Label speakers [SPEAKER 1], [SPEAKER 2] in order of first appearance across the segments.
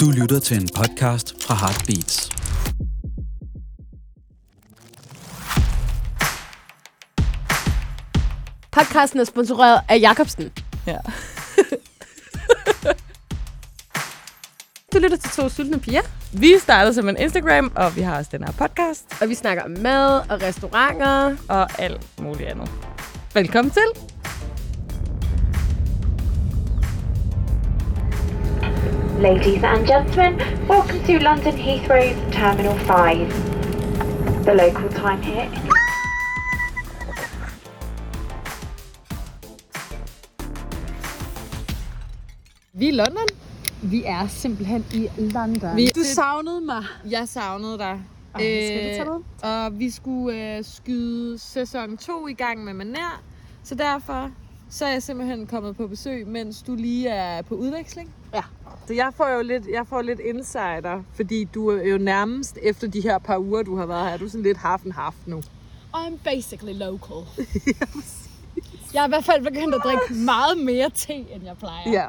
[SPEAKER 1] Du lytter til en podcast fra Heartbeats.
[SPEAKER 2] Podcasten er sponsoreret af Jacobsen.
[SPEAKER 3] Ja.
[SPEAKER 2] Du lytter til to sultne piger,
[SPEAKER 3] Vi startede som en Instagram, og vi har også den her podcast
[SPEAKER 2] og vi snakker om mad og restauranter.
[SPEAKER 3] og alt muligt andet. Velkommen til.
[SPEAKER 4] Ladies and gentlemen, welcome to London Heathrow's Terminal 5. The local time here is
[SPEAKER 5] Vi er i London. Vi er simpelthen i London.
[SPEAKER 6] Vi-
[SPEAKER 5] du savnede mig.
[SPEAKER 6] Jeg savnede dig.
[SPEAKER 5] Ej, skal vi tage noget?
[SPEAKER 6] Øh, og vi skulle øh, skyde sæson 2 i gang med Manær, så derfor så er jeg simpelthen kommet på besøg, mens du lige er på udveksling.
[SPEAKER 5] Ja.
[SPEAKER 6] Så jeg får jo lidt, jeg får lidt insider, fordi du er jo nærmest efter de her par uger, du har været her, er du sådan lidt half and half nu.
[SPEAKER 5] I'm basically local. jeg er i hvert fald begyndt at drikke meget mere te, end jeg plejer.
[SPEAKER 6] Ja.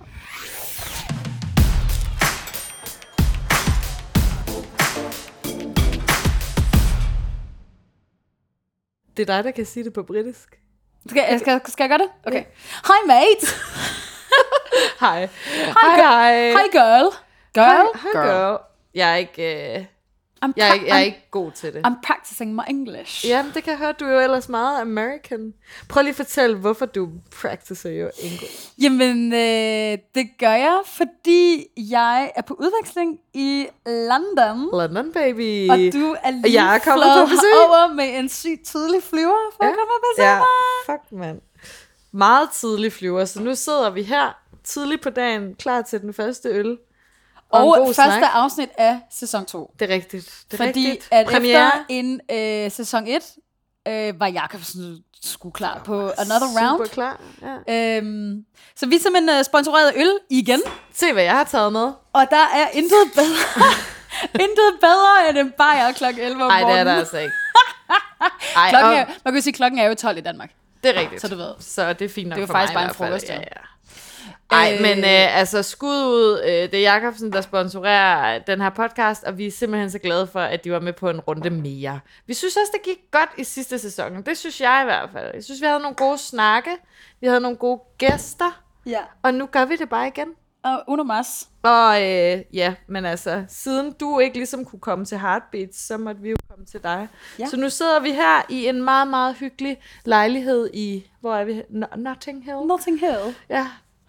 [SPEAKER 3] Det er dig, der kan sige det på britisk.
[SPEAKER 2] Skal, jeg- skal, skal jeg gøre det? Okay. Hej mate.
[SPEAKER 3] Hej. Hej, hej.
[SPEAKER 2] Hej girl. Girl.
[SPEAKER 3] Hej, girl. Jeg er ikke, øh,
[SPEAKER 2] I'm,
[SPEAKER 3] jeg er ikke, jeg er
[SPEAKER 2] I'm-
[SPEAKER 3] ikke god til det.
[SPEAKER 2] I'm practicing my English.
[SPEAKER 3] Jamen, det kan jeg høre, du er jo ellers meget American. Prøv lige at fortælle, hvorfor du practicer jo engelsk.
[SPEAKER 2] Jamen, øh, det gør jeg, fordi jeg er på udveksling i London.
[SPEAKER 3] London, baby.
[SPEAKER 2] Og du er lige
[SPEAKER 3] jeg er kommet
[SPEAKER 2] fløjet
[SPEAKER 3] på besøg.
[SPEAKER 2] over med en sygt tidlig flyver for ja. at
[SPEAKER 3] Ja.
[SPEAKER 2] komme og besøge
[SPEAKER 3] Ja,
[SPEAKER 2] mig.
[SPEAKER 3] fuck mand. Meget tidlig flyver, så nu sidder vi her tidligt på dagen, klar til den første øl.
[SPEAKER 2] Og,
[SPEAKER 3] en
[SPEAKER 2] og
[SPEAKER 3] god
[SPEAKER 2] første
[SPEAKER 3] snak.
[SPEAKER 2] afsnit af sæson 2.
[SPEAKER 3] Det er rigtigt. Det er
[SPEAKER 2] Fordi
[SPEAKER 3] rigtigt.
[SPEAKER 2] at
[SPEAKER 3] Premiere.
[SPEAKER 2] efter en øh, sæson 1, øh, var Jakobsen sgu klar på another round.
[SPEAKER 3] Super klar. Ja.
[SPEAKER 2] Øhm, så vi er simpelthen øh, sponsoreret øl igen,
[SPEAKER 3] Se, hvad jeg har taget med.
[SPEAKER 2] og der er intet bedre, intet bedre end en bajer kl. 11 om
[SPEAKER 3] Nej, det er
[SPEAKER 2] morgenen.
[SPEAKER 3] der altså ikke. Ej,
[SPEAKER 2] Klokken er,
[SPEAKER 3] og,
[SPEAKER 2] man kan jo sige, klokken er jo 12 i Danmark.
[SPEAKER 3] det er rigtigt.
[SPEAKER 2] Så du ved.
[SPEAKER 3] Så det er fint nok
[SPEAKER 2] Det er jo
[SPEAKER 3] for
[SPEAKER 2] faktisk
[SPEAKER 3] mig
[SPEAKER 2] bare
[SPEAKER 3] i hvert
[SPEAKER 2] en
[SPEAKER 3] fald.
[SPEAKER 2] frokost, jo.
[SPEAKER 3] ja, ja. Ej,
[SPEAKER 2] Øh.
[SPEAKER 3] men øh, altså skud ud. Øh, det er Jakobsen der sponsorerer den her podcast, og vi er simpelthen så glade for, at de var med på en runde mere. Vi synes også, det gik godt i sidste sæson. Det synes jeg i hvert fald. Jeg synes, vi havde nogle gode snakke. Vi havde nogle gode gæster,
[SPEAKER 2] Ja.
[SPEAKER 3] og nu gør vi det bare igen.
[SPEAKER 2] Og Uno Mas.
[SPEAKER 3] Og øh, ja, men altså, siden du ikke ligesom kunne komme til Heartbeats, så måtte vi jo komme til dig.
[SPEAKER 2] Ja.
[SPEAKER 3] Ja. Så nu sidder vi her i en meget, meget hyggelig lejlighed i, hvor er vi? No- Notting Hill?
[SPEAKER 2] Nothing Hill.
[SPEAKER 3] Ja.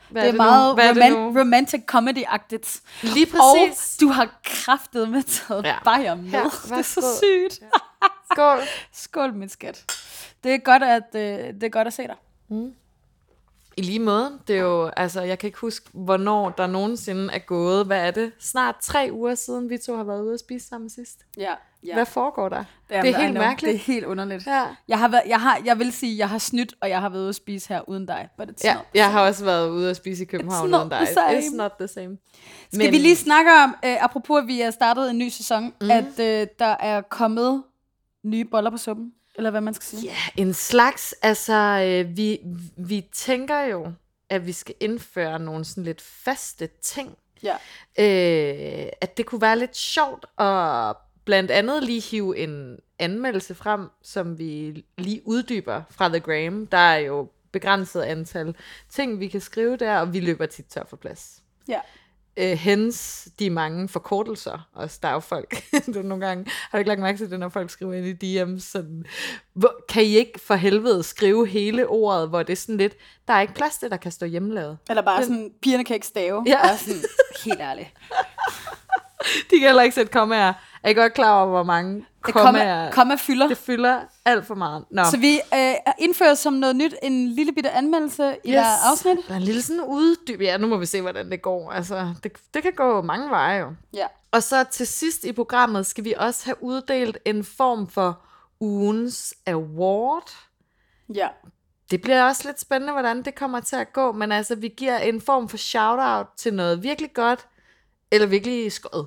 [SPEAKER 3] Hvad
[SPEAKER 2] Det er
[SPEAKER 3] nu?
[SPEAKER 2] meget
[SPEAKER 3] Hvad er det
[SPEAKER 2] roman-
[SPEAKER 3] nu?
[SPEAKER 2] romantic comedy-agtigt.
[SPEAKER 3] Lige præcis.
[SPEAKER 2] Og du har kraftet med taget ja.
[SPEAKER 3] Ja.
[SPEAKER 2] bajer med.
[SPEAKER 3] Her,
[SPEAKER 2] det er så
[SPEAKER 3] værsgo.
[SPEAKER 2] sygt.
[SPEAKER 3] Skål.
[SPEAKER 2] Skål, min skat. Det er godt at, øh, det er godt at se dig.
[SPEAKER 3] I lige måde, det er jo, altså, jeg kan ikke huske, hvornår der nogensinde er gået, hvad er det, snart tre uger siden, vi to har været ude at spise sammen sidst.
[SPEAKER 2] Ja, ja.
[SPEAKER 3] Ja. Hvad foregår der?
[SPEAKER 2] Jamen,
[SPEAKER 3] det
[SPEAKER 2] I
[SPEAKER 3] er helt
[SPEAKER 2] know. Det
[SPEAKER 3] mærkeligt.
[SPEAKER 2] er helt underligt. Ja.
[SPEAKER 3] Ja.
[SPEAKER 2] Jeg, har været, jeg, har, jeg vil sige, jeg har snydt, og jeg har været ude at spise her uden dig. But it's
[SPEAKER 3] Ja,
[SPEAKER 2] not.
[SPEAKER 3] jeg har også været ude at spise i København
[SPEAKER 2] not
[SPEAKER 3] uden dig.
[SPEAKER 2] the same.
[SPEAKER 3] It's not the same.
[SPEAKER 2] Skal vi lige snakke om, øh, apropos at vi har startet en ny sæson, mm. at øh, der er kommet nye boller på suppen? Eller hvad man skal sige.
[SPEAKER 3] Ja, en slags, altså øh, vi, vi tænker jo, at vi skal indføre nogle sådan lidt faste ting.
[SPEAKER 2] Ja.
[SPEAKER 3] Øh, at det kunne være lidt sjovt at blandt andet lige hive en anmeldelse frem, som vi lige uddyber fra The Gram. Der er jo begrænset antal ting, vi kan skrive der, og vi løber tit tør for plads.
[SPEAKER 2] Ja.
[SPEAKER 3] Øh, hens de mange forkortelser, også der er jo folk, du nogle gange, har du ikke lagt mærke til det, når folk skriver ind i DM's, sådan, hvor, kan I ikke for helvede skrive hele ordet, hvor det er sådan lidt, der er ikke plads til, der kan stå hjemmelavet.
[SPEAKER 2] Eller bare sådan, pigerne kan ikke stave.
[SPEAKER 3] Ja.
[SPEAKER 2] Bare sådan, helt ærligt.
[SPEAKER 3] De kan heller ikke sætte kommaer. Er I godt klar over, hvor mange
[SPEAKER 2] Det
[SPEAKER 3] kommaer,
[SPEAKER 2] kommer,
[SPEAKER 3] kom,
[SPEAKER 2] kommer fylder.
[SPEAKER 3] det fylder alt for meget. Nå.
[SPEAKER 2] Så vi øh, indfører som noget nyt en lille bitte anmeldelse i yes. hver afsnit.
[SPEAKER 3] Der er en lille sådan uddyb. Ja, nu må vi se, hvordan det går. Altså, det, det kan gå mange veje jo.
[SPEAKER 2] Ja.
[SPEAKER 3] Og så til sidst i programmet skal vi også have uddelt en form for ugens award.
[SPEAKER 2] ja.
[SPEAKER 3] Det bliver også lidt spændende, hvordan det kommer til at gå, men altså, vi giver en form for shout-out til noget virkelig godt, eller virkelig skød.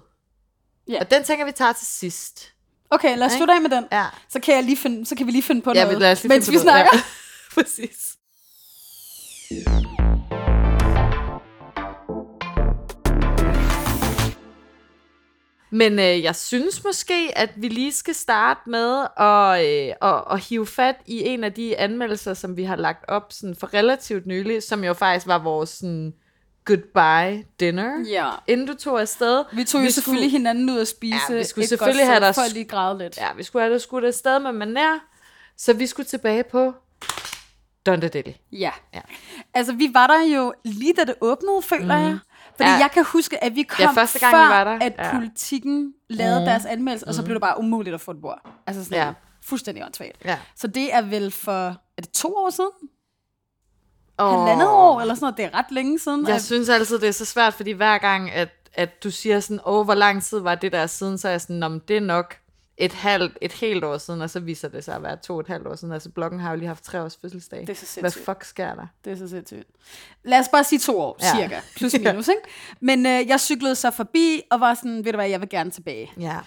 [SPEAKER 2] Ja.
[SPEAKER 3] Og den tænker vi tager til sidst.
[SPEAKER 2] Okay, lad os
[SPEAKER 3] Ikke?
[SPEAKER 2] slutte af med den.
[SPEAKER 3] Ja,
[SPEAKER 2] Så kan, jeg lige finde, så kan vi lige finde på
[SPEAKER 3] ja
[SPEAKER 2] noget,
[SPEAKER 3] lad os lige
[SPEAKER 2] mens vi
[SPEAKER 3] finde på noget.
[SPEAKER 2] snakker.
[SPEAKER 3] Ja. Præcis. Men øh, jeg synes måske, at vi lige skal starte med at, øh, at, at hive fat i en af de anmeldelser, som vi har lagt op sådan for relativt nylig, som jo faktisk var vores sådan, goodbye dinner,
[SPEAKER 2] Ja.
[SPEAKER 3] inden du tog afsted.
[SPEAKER 2] Vi tog jo selvfølgelig hinanden ud at spise.
[SPEAKER 3] Ja, vi skulle
[SPEAKER 2] et
[SPEAKER 3] selvfølgelig
[SPEAKER 2] godt
[SPEAKER 3] have
[SPEAKER 2] sted
[SPEAKER 3] dig-
[SPEAKER 2] For at lige græde lidt.
[SPEAKER 3] Ja, vi skulle have det skudt afsted med maner, så vi skulle tilbage på Dondadeli.
[SPEAKER 2] Ja.
[SPEAKER 3] Ja.
[SPEAKER 2] ja. Altså, vi var der jo lige da det åbnede, føler mm. jeg. Fordi
[SPEAKER 3] Mhm. Ja.
[SPEAKER 2] ja. jeg kan huske, at vi kom
[SPEAKER 3] Ja, første gang, vi
[SPEAKER 2] før,
[SPEAKER 3] var der.
[SPEAKER 2] at
[SPEAKER 3] Ja. Mhm.
[SPEAKER 2] politikken lavede mm. deres anmeldelse, og så blev det bare umuligt at få et bord. Altså sådan
[SPEAKER 3] Ja.
[SPEAKER 2] ja. fuldstændig åndssvagt.
[SPEAKER 3] Ja.
[SPEAKER 2] Så det er vel for, er det to år siden?
[SPEAKER 3] Og
[SPEAKER 2] Halvandet år eller sådan noget? Det er ret længe siden.
[SPEAKER 3] Jeg
[SPEAKER 2] at-
[SPEAKER 3] synes altid, det er så svært, fordi hver gang, at, at du siger sådan, åh, hvor lang tid var det der siden, så er jeg sådan, om det er nok et halvt, et helt år siden, og så viser det sig at være to og et halvt år siden. Altså, bloggen har jo lige haft tre års fødselsdag.
[SPEAKER 2] Det er så
[SPEAKER 3] Hvad
[SPEAKER 2] sindssygt.
[SPEAKER 3] fuck sker der?
[SPEAKER 2] Det er så sindssygt. Lad os bare sige to år,
[SPEAKER 3] Ja.
[SPEAKER 2] ja. cirka. Plus minus, ikke? Men øh, jeg cyklede så forbi, og var sådan, ved du hvad, jeg vil gerne tilbage.
[SPEAKER 3] Ja.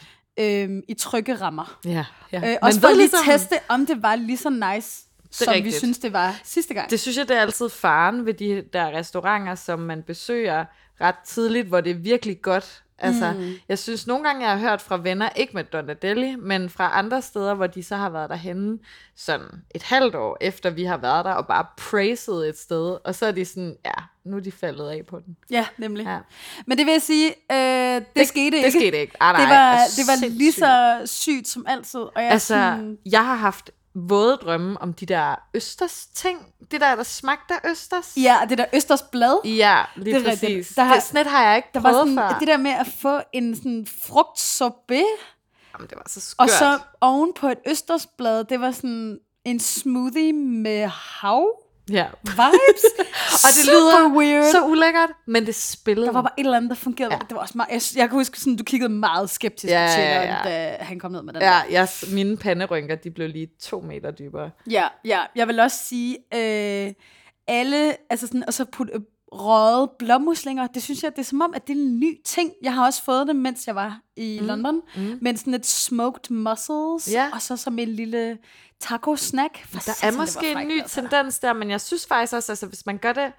[SPEAKER 2] Øhm, I trygge rammer.
[SPEAKER 3] ja. ja.
[SPEAKER 2] Øh, også
[SPEAKER 3] Men
[SPEAKER 2] for
[SPEAKER 3] ved
[SPEAKER 2] lige ligesom... teste, om det var lige så nice, som rigtigt.
[SPEAKER 3] rigtigt.
[SPEAKER 2] vi synes det var sidste gang.
[SPEAKER 3] Det synes jeg, det er altid faren ved de der restauranter, som man besøger ret tidligt, hvor det er virkelig godt. Altså, mm. jeg synes nogle gange, jeg har hørt fra venner, ikke med Donatelli, men fra andre steder, hvor de så har været derhenne sådan et halvt år efter vi har været der, og bare praised et sted, og så er de sådan, ja, nu er de faldet af på den.
[SPEAKER 2] Ja, nemlig.
[SPEAKER 3] Ja.
[SPEAKER 2] Ja. Men det vil jeg sige, øh, det, det skete ikke.
[SPEAKER 3] Det skete ikke. Ah, nej,
[SPEAKER 2] det var,
[SPEAKER 3] er
[SPEAKER 2] det var lige
[SPEAKER 3] sindssygt.
[SPEAKER 2] så sygt som altid. Og jeg
[SPEAKER 3] Altså,
[SPEAKER 2] altså, sådan,
[SPEAKER 3] jeg har haft våde drømme om de der østers ting. Det der, der smagte af østers.
[SPEAKER 2] ja, og det der Østers blad,
[SPEAKER 3] Ja, lige
[SPEAKER 2] Det er
[SPEAKER 3] præcis.
[SPEAKER 2] rigtigt.
[SPEAKER 3] Der
[SPEAKER 2] Der
[SPEAKER 3] har,
[SPEAKER 2] har-
[SPEAKER 3] det snit har jeg ikke
[SPEAKER 2] der var
[SPEAKER 3] prøvet
[SPEAKER 2] sådan,
[SPEAKER 3] før.
[SPEAKER 2] det der med at få en sådan frugtsorbet,
[SPEAKER 3] Jamen, det var så skørt.
[SPEAKER 2] og så oven på et Østersblad, det var sådan en smoothie med hav
[SPEAKER 3] ja.
[SPEAKER 2] vibes.
[SPEAKER 3] Og det lyder
[SPEAKER 2] Super weird.
[SPEAKER 3] så ulækkert, men det spillede.
[SPEAKER 2] Der var bare et eller andet, der fungerede. Ja. Det var også meget, jeg, jeg kan huske, sådan, du kiggede meget skeptisk
[SPEAKER 3] Ja,
[SPEAKER 2] ja, til,
[SPEAKER 3] ja,
[SPEAKER 2] ja,
[SPEAKER 3] ja.
[SPEAKER 2] ja. da han kom ned med den
[SPEAKER 3] Ja,
[SPEAKER 2] der.
[SPEAKER 3] jeg, mine panderynker, de blev lige to meter dybere.
[SPEAKER 2] Ja, ja. Jeg vil også sige, øh, alle, altså sådan, og så putte øh, røde blommuslinger, det synes jeg, det er som om, at det er en ny ting. Jeg har også fået det, mens jeg var i mm. London, mm. men sådan et smoked mussels,
[SPEAKER 3] Ja.
[SPEAKER 2] og så som en lille taco-snack. For
[SPEAKER 3] Der
[SPEAKER 2] satan,
[SPEAKER 3] er
[SPEAKER 2] det var
[SPEAKER 3] måske en
[SPEAKER 2] frækt,
[SPEAKER 3] ny
[SPEAKER 2] altså.
[SPEAKER 3] tendens der, men jeg synes faktisk også, altså hvis man gør det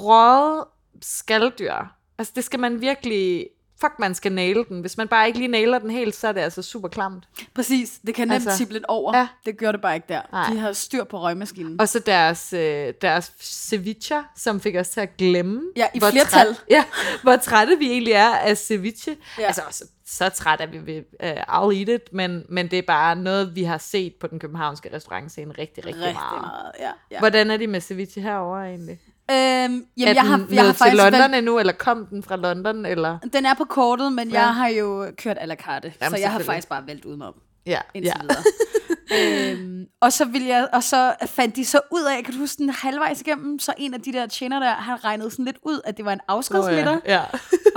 [SPEAKER 3] røde skalddyr, altså det skal man virkelig, fuck man skal næle den. Hvis man bare ikke lige næler den helt, så er det altså super klamt.
[SPEAKER 2] Præcis, det kan nemt
[SPEAKER 3] Altså,
[SPEAKER 2] altså, tippe lidt over.
[SPEAKER 3] ja.
[SPEAKER 2] Ja. Det gør det bare ikke der.
[SPEAKER 3] Nej.
[SPEAKER 2] De har styr på røgmaskinen.
[SPEAKER 3] Og så deres, øh, deres ceviche, som fik os til at glemme.
[SPEAKER 2] Ja, i
[SPEAKER 3] hvor
[SPEAKER 2] flertal.
[SPEAKER 3] Træt, ja, hvor trætte vi egentlig er af ceviche. Ja.
[SPEAKER 2] Ja.
[SPEAKER 3] Altså, så, så træt er vi ved øh, I'll eat it, men, men det er bare noget, vi har set på den københavnske restaurantscene rigtig, rigtig, rigtig meget. meget.
[SPEAKER 2] Ja, ja.
[SPEAKER 3] Hvordan er det med ceviche herovre egentlig?
[SPEAKER 2] Øhm, jamen,
[SPEAKER 3] er
[SPEAKER 2] jeg har,
[SPEAKER 3] den
[SPEAKER 2] jeg har
[SPEAKER 3] nået til
[SPEAKER 2] faktisk
[SPEAKER 3] London
[SPEAKER 2] valgt,
[SPEAKER 3] endnu, eller kom den fra London? Eller?
[SPEAKER 2] den er på kortet, men
[SPEAKER 3] Ja.
[SPEAKER 2] ja. jeg har jo kørt à la carte,
[SPEAKER 3] Jamen,
[SPEAKER 2] så jeg har
[SPEAKER 3] selvfølgelig.
[SPEAKER 2] faktisk bare valgt udenom.
[SPEAKER 3] Ja, ja.
[SPEAKER 2] indtil ja. videre. øhm, og så vil jeg, og så fandt de så ud af, kan du huske den halvvejs igennem, så en af de der tjener der, han regnede sådan lidt ud, at det var en afskedsmiddag,
[SPEAKER 3] ja.
[SPEAKER 2] oh,
[SPEAKER 3] ja.
[SPEAKER 2] ja.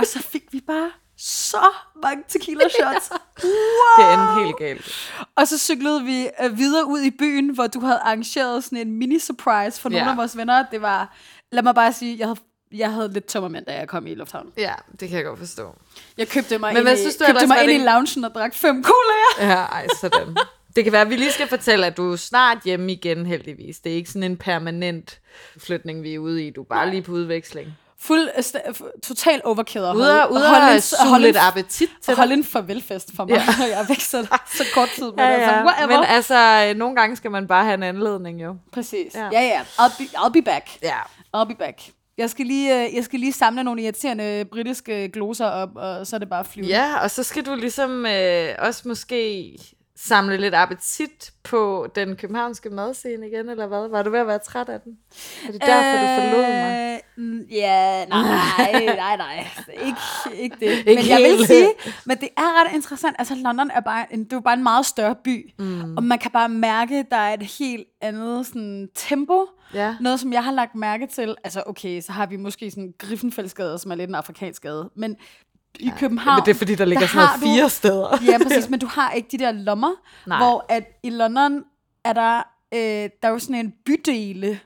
[SPEAKER 2] og så fik vi bare så mange tequila shots.
[SPEAKER 3] Det endte helt galt.
[SPEAKER 2] og så cyklede vi øh, videre ud i byen, hvor du havde arrangeret sådan en mini-surprise for nogle
[SPEAKER 3] Ja.
[SPEAKER 2] af vores venner. Det var, lad mig bare sige, jeg havde, jeg havde lidt tømmermænd, da jeg kom i lufthavnen.
[SPEAKER 3] Ja, det kan jeg godt forstå.
[SPEAKER 2] Jeg købte mig
[SPEAKER 3] Men
[SPEAKER 2] ind,
[SPEAKER 3] hvad
[SPEAKER 2] i,
[SPEAKER 3] synes du
[SPEAKER 2] købte
[SPEAKER 3] ellers, var
[SPEAKER 2] mig ind
[SPEAKER 3] det
[SPEAKER 2] i loungen og drak fem colaer.
[SPEAKER 3] Ja, ej, sådan. Det kan være, at vi lige skal fortælle, at du er snart hjemme igen, heldigvis. Det er ikke sådan en permanent flytning, vi er ude i. Du er bare lige på udveksling.
[SPEAKER 2] Fuld, øh, st- f- total overkill. og
[SPEAKER 3] Ude og,
[SPEAKER 2] holde-
[SPEAKER 3] ude
[SPEAKER 2] holde en-
[SPEAKER 3] og suge
[SPEAKER 2] holde en
[SPEAKER 3] lidt appetit til
[SPEAKER 2] Hold en farvelfest for mig,
[SPEAKER 3] Ja.
[SPEAKER 2] ja. når jeg er væk så, så kort tid. Men,
[SPEAKER 3] Ja,
[SPEAKER 2] altså,
[SPEAKER 3] ja.
[SPEAKER 2] whatever.
[SPEAKER 3] Men altså, øh, nogle gange skal man bare have en anledning, jo.
[SPEAKER 2] Præcis.
[SPEAKER 3] Ja.
[SPEAKER 2] Ja, ja. I'll, be, I'll be back.
[SPEAKER 3] Ja.
[SPEAKER 2] I'll be back. Jeg skal lige, øh, jeg skal lige samle nogle irriterende britiske gloser op, og så er det bare at flyve.
[SPEAKER 3] Ja, og så skal du ligesom øh, også måske samle lidt appetit på den københavnske madscene igen, eller hvad? Var du ved at være træt af den? Er det derfor, øh... du forlod mig?
[SPEAKER 2] mig? mm, Ja, nej, nej, nej. Ikke, ikke det.
[SPEAKER 3] Ikke
[SPEAKER 2] men jeg vil
[SPEAKER 3] helt.
[SPEAKER 2] sige, men det er ret interessant. Altså, London er bare en, det er jo bare en meget større by. Mm. Og man kan bare mærke, at der er et helt andet sådan, tempo.
[SPEAKER 3] Ja.
[SPEAKER 2] Noget, som jeg har lagt mærke til. Altså, okay, så har vi måske sådan Griffenfeldsgade, som er lidt en afrikansk gade. Men i København...
[SPEAKER 3] Men det er fordi, der ligger
[SPEAKER 2] der
[SPEAKER 3] sådan noget
[SPEAKER 2] har du-
[SPEAKER 3] fire steder.
[SPEAKER 2] Ja, præcis, men du har ikke de der lommer,
[SPEAKER 3] Nej.
[SPEAKER 2] Nej. hvor at i London er der, øh, der er jo sådan en bydele,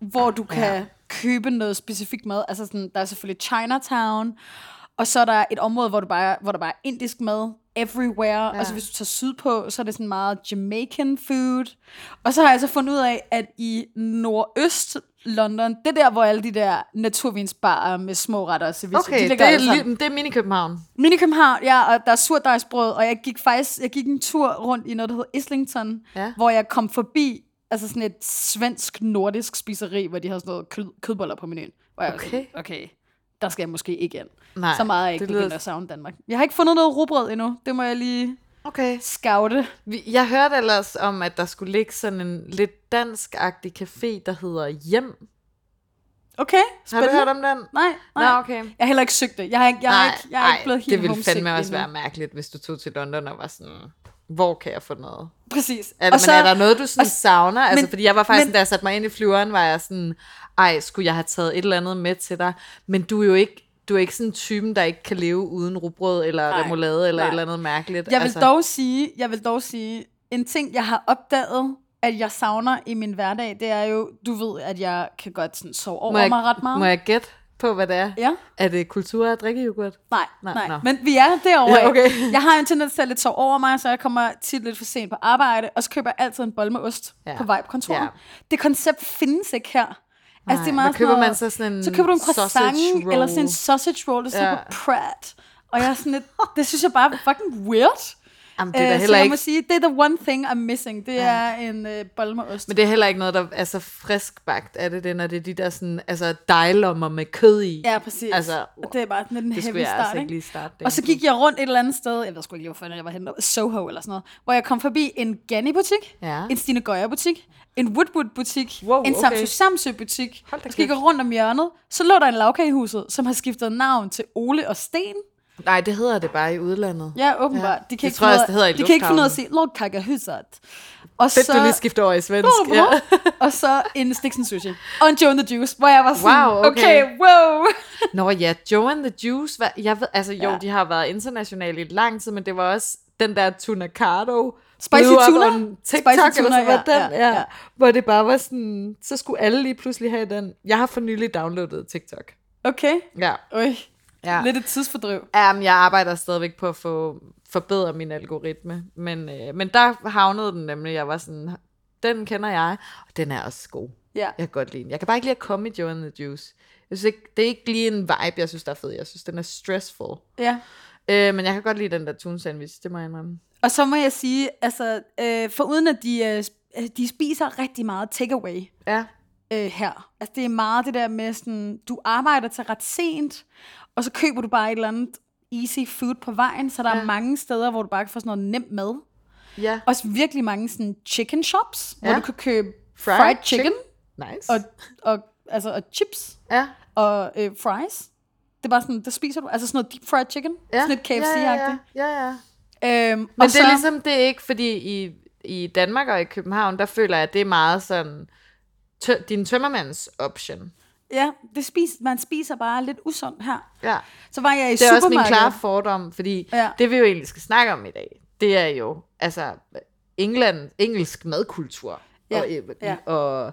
[SPEAKER 2] hvor du kan ja. købe noget specifik mad. Altså sådan, der er selvfølgelig Chinatown, og så er der et område, hvor, du bare, hvor der bare er indisk mad everywhere. Ja. Og så hvis du tager sydpå, så er det sådan meget Jamaican food. Og så har jeg så fundet ud af, at i nordøst London. Det er der, hvor alle de der naturvinsbarer med små retter og service,
[SPEAKER 3] Okay,
[SPEAKER 2] de
[SPEAKER 3] det
[SPEAKER 2] ligger alle
[SPEAKER 3] er,
[SPEAKER 2] sammen.
[SPEAKER 3] li- det er mini København.
[SPEAKER 2] Mini København, ja, og der er surdejsbrød, og jeg gik faktisk jeg gik en tur rundt i noget, der hedder Islington,
[SPEAKER 3] Ja.
[SPEAKER 2] hvor jeg kom forbi altså sådan et svensk-nordisk spiseri, hvor de har sådan noget kød, kødboller på menuen. Hvor jeg var sådan,
[SPEAKER 3] Okay.
[SPEAKER 2] okay, der skal jeg måske ikke ind.
[SPEAKER 3] Nej,
[SPEAKER 2] Så meget er jeg ikke
[SPEAKER 3] det
[SPEAKER 2] begyndt
[SPEAKER 3] lyder-
[SPEAKER 2] at savne Danmark. Jeg har ikke fundet noget rugbrød endnu. Det må jeg lige
[SPEAKER 3] Okay.
[SPEAKER 2] scoute.
[SPEAKER 3] Vi- Jeg hørte ellers om, at der skulle ligge sådan en lidt dansk-agtig café, der hedder Hjem.
[SPEAKER 2] Okay,
[SPEAKER 3] Har
[SPEAKER 2] spændende.
[SPEAKER 3] du hørt om den?
[SPEAKER 2] Nej, nej.
[SPEAKER 3] Nå, okay.
[SPEAKER 2] Jeg har heller ikke søgt det. Jeg har ikke, jeg har
[SPEAKER 3] Nej,
[SPEAKER 2] ikke, jeg har ikke
[SPEAKER 3] nej,
[SPEAKER 2] blevet helt
[SPEAKER 3] det ville
[SPEAKER 2] homesick
[SPEAKER 3] fandme også
[SPEAKER 2] endnu.
[SPEAKER 3] være mærkeligt, hvis du tog til London og var sådan, hvor kan jeg få noget?
[SPEAKER 2] Præcis.
[SPEAKER 3] Er, og men så, er der noget, du sådan
[SPEAKER 2] og s-
[SPEAKER 3] savner? Altså,
[SPEAKER 2] men-
[SPEAKER 3] men, fordi jeg var faktisk,
[SPEAKER 2] men-
[SPEAKER 3] men, da jeg satte mig ind i flyveren, var jeg sådan, ej, skulle jeg have taget et eller andet med til dig? Men du er jo ikke, du er ikke sådan typen, der ikke kan leve uden rugbrød eller
[SPEAKER 2] Nej,
[SPEAKER 3] nej, remoulade eller
[SPEAKER 2] nej.
[SPEAKER 3] et eller andet mærkeligt. Altså-
[SPEAKER 2] Jeg vil, dog sige, jeg vil dog sige, en ting, jeg har opdaget, at jeg savner i min hverdag, det er jo, du ved, at jeg kan godt sådan sove over
[SPEAKER 3] må jeg,
[SPEAKER 2] mig ret meget.
[SPEAKER 3] Må jeg gætte på, hvad det er?
[SPEAKER 2] Ja.
[SPEAKER 3] Er det kultur og drikkejoghurt?
[SPEAKER 2] Nej, nej,
[SPEAKER 3] Nej,
[SPEAKER 2] nej.
[SPEAKER 3] nå.
[SPEAKER 2] Men vi er derovre.
[SPEAKER 3] Ja, okay.
[SPEAKER 2] Jeg har jo en tendens til at lidt sove over mig, så jeg kommer tit lidt for sent på arbejde, og så køber jeg altid en bolle med ost ja.
[SPEAKER 3] Ja.
[SPEAKER 2] på vej på kontoret. Ja.
[SPEAKER 3] Ja.
[SPEAKER 2] Det koncept findes ikke her. Altså,
[SPEAKER 3] Nej, hvad
[SPEAKER 2] sådan
[SPEAKER 3] køber
[SPEAKER 2] noget-
[SPEAKER 3] man så? Sådan en
[SPEAKER 2] Så køber du en croissant,
[SPEAKER 3] sausage roll?
[SPEAKER 2] eller sådan en sausage roll, der står
[SPEAKER 3] Ja.
[SPEAKER 2] på Pratt. Og jeg er sådan lidt, det synes jeg bare er fucking weird.
[SPEAKER 3] Jamen, det er da
[SPEAKER 2] Øh,
[SPEAKER 3] heller
[SPEAKER 2] så jeg må
[SPEAKER 3] ikke
[SPEAKER 2] sige, det er the one thing I'm missing. Det er en øh, bolle med ost.
[SPEAKER 3] Men det er heller ikke noget, der er så friskbagt, er det det, når det er de der sådan, altså dejlommer med kød i.
[SPEAKER 2] ja, præcis.
[SPEAKER 3] Altså,
[SPEAKER 2] og det er bare sådan lidt en
[SPEAKER 3] det
[SPEAKER 2] heavy
[SPEAKER 3] skulle jeg
[SPEAKER 2] start,
[SPEAKER 3] altså
[SPEAKER 2] ikke?
[SPEAKER 3] ikke lige starte.
[SPEAKER 2] Og så gik jeg rundt et eller andet sted, jeg ved sgu ikke lige, hvor fanden jeg var henne, Soho eller sådan noget, hvor jeg kom forbi en Ganni-butik,
[SPEAKER 3] Ja.
[SPEAKER 2] en Stine Gøjer-butik, en Woodwood-butik,
[SPEAKER 3] Wow,
[SPEAKER 2] en
[SPEAKER 3] okay.
[SPEAKER 2] Samsø Samsø-butik.
[SPEAKER 3] Hold da
[SPEAKER 2] Så gik jeg
[SPEAKER 3] kæft.
[SPEAKER 2] rundt om hjørnet, så lå der en lavkage i huset, som har skiftet navn til Ole og Sten.
[SPEAKER 3] Nej, det hedder det bare i udlandet.
[SPEAKER 2] Ja, åbenbart. Ja. De
[SPEAKER 3] Det
[SPEAKER 2] kan ikke
[SPEAKER 3] tror
[SPEAKER 2] finde
[SPEAKER 3] jeg
[SPEAKER 2] ud
[SPEAKER 3] også, det hedder i
[SPEAKER 2] af- de kan ikke finde ud af at
[SPEAKER 3] lufthavnen.
[SPEAKER 2] sige, Lord Kakahuset. Og
[SPEAKER 3] Fedt, du lige skifter over i svensk.
[SPEAKER 2] Bro, bro. og så en Stixen Sushi. Og en Joe and the Juice, hvor jeg var sådan,
[SPEAKER 3] Wow, okay.
[SPEAKER 2] okay, wow.
[SPEAKER 3] Nå ja, Joe and the Juice, hvad, jeg ved, altså jo,
[SPEAKER 2] Ja.
[SPEAKER 3] ja. de har været internationale i lang tid, men det var også den der tuna cardo.
[SPEAKER 2] Spicy
[SPEAKER 3] blew up
[SPEAKER 2] tuna?
[SPEAKER 3] on TikTok,
[SPEAKER 2] Spicy
[SPEAKER 3] eller
[SPEAKER 2] tuna,
[SPEAKER 3] sådan noget,
[SPEAKER 2] ja,
[SPEAKER 3] den,
[SPEAKER 2] ja,
[SPEAKER 3] ja,
[SPEAKER 2] ja.
[SPEAKER 3] ja. Hvor det bare var sådan, så skulle alle lige pludselig have den. Jeg har for nylig downloadet TikTok.
[SPEAKER 2] Okay,
[SPEAKER 3] Ja.
[SPEAKER 2] Øj.
[SPEAKER 3] ja.
[SPEAKER 2] lidt et tidsfordriv.
[SPEAKER 3] Jamen, jeg arbejder stadigvæk på at få forbedre min algoritme, men, øh, men der havnede den nemlig. Jeg var sådan, den kender jeg, og den er også god.
[SPEAKER 2] Ja.
[SPEAKER 3] Jeg kan godt lide den. Jeg kan bare ikke lide at komme i Joe and the Juice. Jeg synes ikke, det er ikke lige en vibe, jeg synes, der er fed. Jeg synes, den er stressful.
[SPEAKER 2] ja.
[SPEAKER 3] Øh, men jeg kan godt lide den der tune sandwich, det må jeg indrømme.
[SPEAKER 2] Og så må jeg sige, altså, øh, for uden at de, øh, sp- øh, de spiser rigtig meget takeaway
[SPEAKER 3] Ja.
[SPEAKER 2] øh, her. Altså, det er meget det der med sådan, du arbejder til ret sent, og så køber du bare et eller andet easy food på vejen, så der ja. er
[SPEAKER 3] Ja.
[SPEAKER 2] mange steder, hvor du bare kan få sådan noget nemt mad.
[SPEAKER 3] Ja.
[SPEAKER 2] Også virkelig mange sådan chicken shops, ja. hvor
[SPEAKER 3] Ja.
[SPEAKER 2] du kan købe fried,
[SPEAKER 3] Fried
[SPEAKER 2] fried chicken, chicken.
[SPEAKER 3] Nice.
[SPEAKER 2] Og, og, altså, og chips
[SPEAKER 3] ja.
[SPEAKER 2] og øh, fries. Det er bare sådan, det spiser du. Altså sådan noget deep fried chicken. Ja. Sådan lidt
[SPEAKER 3] ja, ja,
[SPEAKER 2] KFC-agtigt.
[SPEAKER 3] ja, ja, ja.
[SPEAKER 2] Ja, ja. Øhm,
[SPEAKER 3] Men
[SPEAKER 2] og
[SPEAKER 3] det
[SPEAKER 2] så,
[SPEAKER 3] er ligesom det er ikke, fordi i, i Danmark og i København, der føler jeg, at det er meget sådan tø- din tømmermands option.
[SPEAKER 2] Ja, det spis, man spiser bare lidt usundt her.
[SPEAKER 3] Ja.
[SPEAKER 2] Så var jeg i
[SPEAKER 3] Det er også min
[SPEAKER 2] supermarkedet.
[SPEAKER 3] klare fordom, fordi
[SPEAKER 2] Ja.
[SPEAKER 3] ja. det vi jo egentlig skal snakke om i dag, det er jo altså England, engelsk madkultur
[SPEAKER 2] Ja,
[SPEAKER 3] og, øh,
[SPEAKER 2] ja.
[SPEAKER 3] og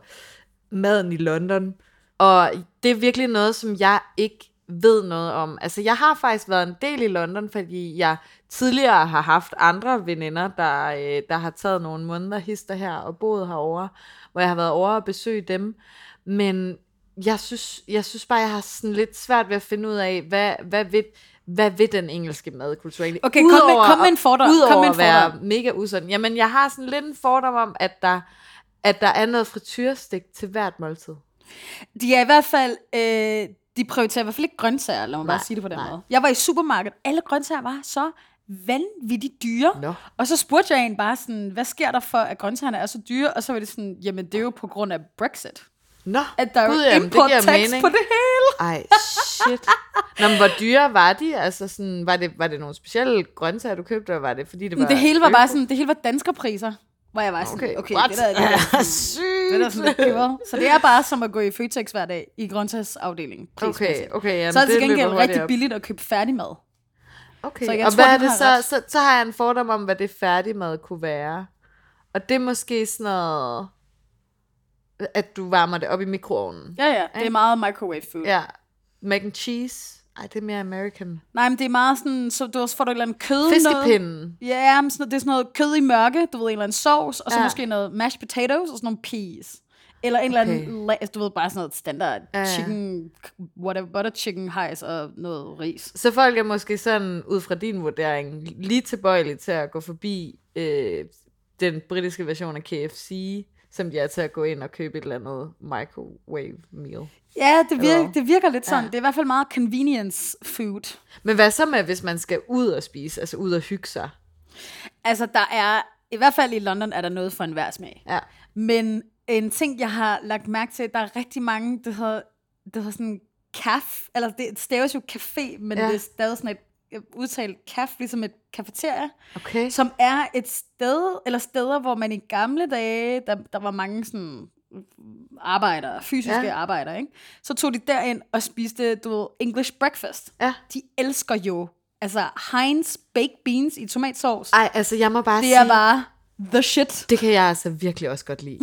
[SPEAKER 3] maden i London. Og det er virkelig noget, som jeg ikke ved noget om. Altså, jeg har faktisk været en del i London, fordi jeg tidligere har haft andre veninder, der, øh, der har taget nogle måneder hister her og boet herover, hvor jeg har været over og besøge dem. Men jeg synes, jeg synes bare, jeg har sådan lidt svært ved at finde ud af, hvad, hvad, ved, hvad ved den engelske madkultur egentlig?
[SPEAKER 2] Okay, kom med- kom med en fordom. Kom
[SPEAKER 3] Udover
[SPEAKER 2] med en
[SPEAKER 3] at være
[SPEAKER 2] fordom.
[SPEAKER 3] mega usund. Jamen, jeg har sådan lidt en fordom om, at der, at der er noget frityrestik til hvert måltid.
[SPEAKER 2] De er i hvert fald... Øh, de prioriterer i hvert fald ikke grøntsager, lad mig nej,
[SPEAKER 3] Nej,
[SPEAKER 2] bare sige det på den nej.
[SPEAKER 3] nej.
[SPEAKER 2] måde. Jeg var i supermarkedet. Alle grøntsager var så vanvittigt dyre.
[SPEAKER 3] Nå.
[SPEAKER 2] Og så spurgte jeg en bare sådan, hvad sker der for, at grøntsagerne er så dyre? Og så var det sådan, jamen det er jo på grund af Brexit.
[SPEAKER 3] Nå,
[SPEAKER 2] At der er
[SPEAKER 3] gud,
[SPEAKER 2] jo
[SPEAKER 3] jamen,
[SPEAKER 2] import
[SPEAKER 3] giver
[SPEAKER 2] tax
[SPEAKER 3] mening.
[SPEAKER 2] på det hele.
[SPEAKER 3] Ej, shit. Nå, men hvor dyre var de? Altså, sådan, var, det, var det nogle specielle grøntsager, du købte, og var det, fordi det var...
[SPEAKER 2] Det hele var bare sådan, det hele var danskerpriser. Hvor jeg var sådan, okay,
[SPEAKER 3] Okay,
[SPEAKER 2] okay
[SPEAKER 3] what?
[SPEAKER 2] det der, det der,
[SPEAKER 3] Sygt.
[SPEAKER 2] det der er sådan lidt køber. Så det er bare som at gå i Føtex hver dag i grøntsagsafdelingen. prismæssigt.
[SPEAKER 3] Okay, okay, jamen,
[SPEAKER 2] så er det til
[SPEAKER 3] løber
[SPEAKER 2] gengæld
[SPEAKER 3] hurtigt
[SPEAKER 2] rigtig
[SPEAKER 3] op.
[SPEAKER 2] billigt at købe færdigmad.
[SPEAKER 3] Okay,
[SPEAKER 2] Så
[SPEAKER 3] så
[SPEAKER 2] jeg
[SPEAKER 3] jeg og
[SPEAKER 2] tror,
[SPEAKER 3] hvad er
[SPEAKER 2] den
[SPEAKER 3] det
[SPEAKER 2] har
[SPEAKER 3] så,
[SPEAKER 2] ret.
[SPEAKER 3] så? Så har jeg en fordom om, hvad det færdigmad kunne være. Og det er måske sådan noget, at du varmer det op i mikroovnen.
[SPEAKER 2] Ja, ja, det er meget microwave food. Ja.
[SPEAKER 3] Ja. Mac and cheese. Ej, det er mere American.
[SPEAKER 2] Nej, men det er meget sådan, så du også får du et eller andet kød. Noget.
[SPEAKER 3] Fiskepinden.
[SPEAKER 2] Ja, men sådan, noget- det er sådan noget kød i mørke, du ved, en eller anden sovs, og så ja.
[SPEAKER 3] Ja.
[SPEAKER 2] måske noget mashed potatoes og sådan nogle peas. Eller en eller
[SPEAKER 3] Okay.
[SPEAKER 2] anden, la- altså, du ved, bare sådan noget standard
[SPEAKER 3] Ja, ja.
[SPEAKER 2] chicken, whatever, butter chicken hejs og noget ris.
[SPEAKER 3] Så folk er måske sådan, ud fra din vurdering, lige tilbøjelige til at gå forbi øh, den britiske version af KFC, som de er til at gå ind og købe et eller andet microwave meal.
[SPEAKER 2] Ja, det virker,
[SPEAKER 3] Eller-
[SPEAKER 2] det virker lidt sådan. Ja. Det er i hvert fald meget convenience food.
[SPEAKER 3] Men hvad så med, hvis man skal ud og spise, altså ud og hygge sig?
[SPEAKER 2] Altså, der er, i hvert fald i London, er der noget for enhver smag.
[SPEAKER 3] Ja.
[SPEAKER 2] Men en ting, jeg har lagt mærke til, der er rigtig mange, det hedder, det hedder sådan kaf, eller det staves jo café, men ja.
[SPEAKER 3] Ja.
[SPEAKER 2] det er stadig sådan et øh, udtalt kaf, ligesom et kafeteria,
[SPEAKER 3] Okay. Så,
[SPEAKER 2] som er et sted, eller steder, hvor man i gamle dage, der, der var mange sådan arbejdere, fysiske ja.
[SPEAKER 3] Ja.
[SPEAKER 2] arbejdere, ikke? så tog de derind og spiste, du ved, English breakfast.
[SPEAKER 3] ja.
[SPEAKER 2] De elsker jo, altså Heinz baked beans i tomatsovs.
[SPEAKER 3] Ej, altså jeg må bare
[SPEAKER 2] Det
[SPEAKER 3] sige,
[SPEAKER 2] er bare the shit.
[SPEAKER 3] det kan jeg altså virkelig også godt lide.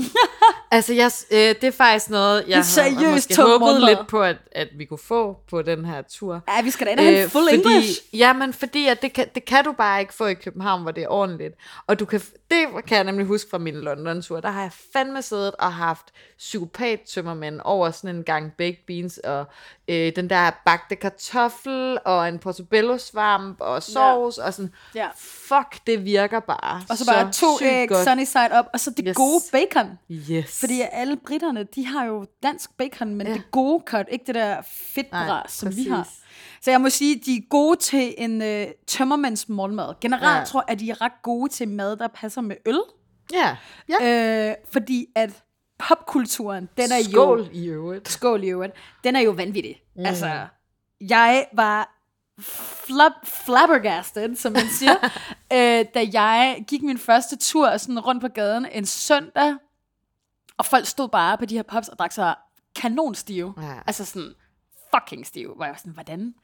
[SPEAKER 3] altså jeg, s- øh, det er faktisk noget, jeg
[SPEAKER 2] seriøst
[SPEAKER 3] har måske
[SPEAKER 2] tung
[SPEAKER 3] håbet
[SPEAKER 2] morgenmad.
[SPEAKER 3] lidt på, at, at vi kunne få på den her tur. Øh,
[SPEAKER 2] Ja, vi skal da ind og have en full
[SPEAKER 3] fordi,
[SPEAKER 2] English.
[SPEAKER 3] Ja, men fordi at det, kan, det kan du bare ikke få i København, hvor det er ordentligt. Og du kan, det kan jeg nemlig huske fra min London-tur. Der har jeg fandme siddet og haft psykopat-tømmermænd over sådan en gang baked beans, og øh, den der bagte kartoffel, og en portobello-svamp, og sovs, ja. og sådan.
[SPEAKER 2] Ja.
[SPEAKER 3] Fuck, det virker bare
[SPEAKER 2] Og så bare
[SPEAKER 3] så
[SPEAKER 2] to
[SPEAKER 3] sygt
[SPEAKER 2] æg,
[SPEAKER 3] godt.
[SPEAKER 2] sunny side up, og så det yes.
[SPEAKER 3] Yes.
[SPEAKER 2] gode bacon.
[SPEAKER 3] Yes.
[SPEAKER 2] Fordi alle britterne, de har jo dansk bacon, men ja. det gode cut, ikke det der fedt
[SPEAKER 3] Nej,
[SPEAKER 2] bras, som vi har.
[SPEAKER 3] præcis.
[SPEAKER 2] Så jeg må sige, de er gode til en øh, tømmermands morgenmad. Generelt ja.
[SPEAKER 3] Ja.
[SPEAKER 2] tror jeg, at de er ret gode til mad, der passer med øl.
[SPEAKER 3] Ja. ja.
[SPEAKER 2] Øh, fordi at popkulturen, den er jo...
[SPEAKER 3] Skål i øvrigt.
[SPEAKER 2] Skål i øvrigt. Den er jo vanvittig. Mm. Altså, jeg var flab- flabbergasted, som man siger, øh, da jeg gik min første tur sådan rundt på gaden en søndag, og folk stod bare på de her pubs og drak sig kanonstive.
[SPEAKER 3] Ja.
[SPEAKER 2] Altså sådan fucking stiv. Hvor jeg var sådan, hvordan,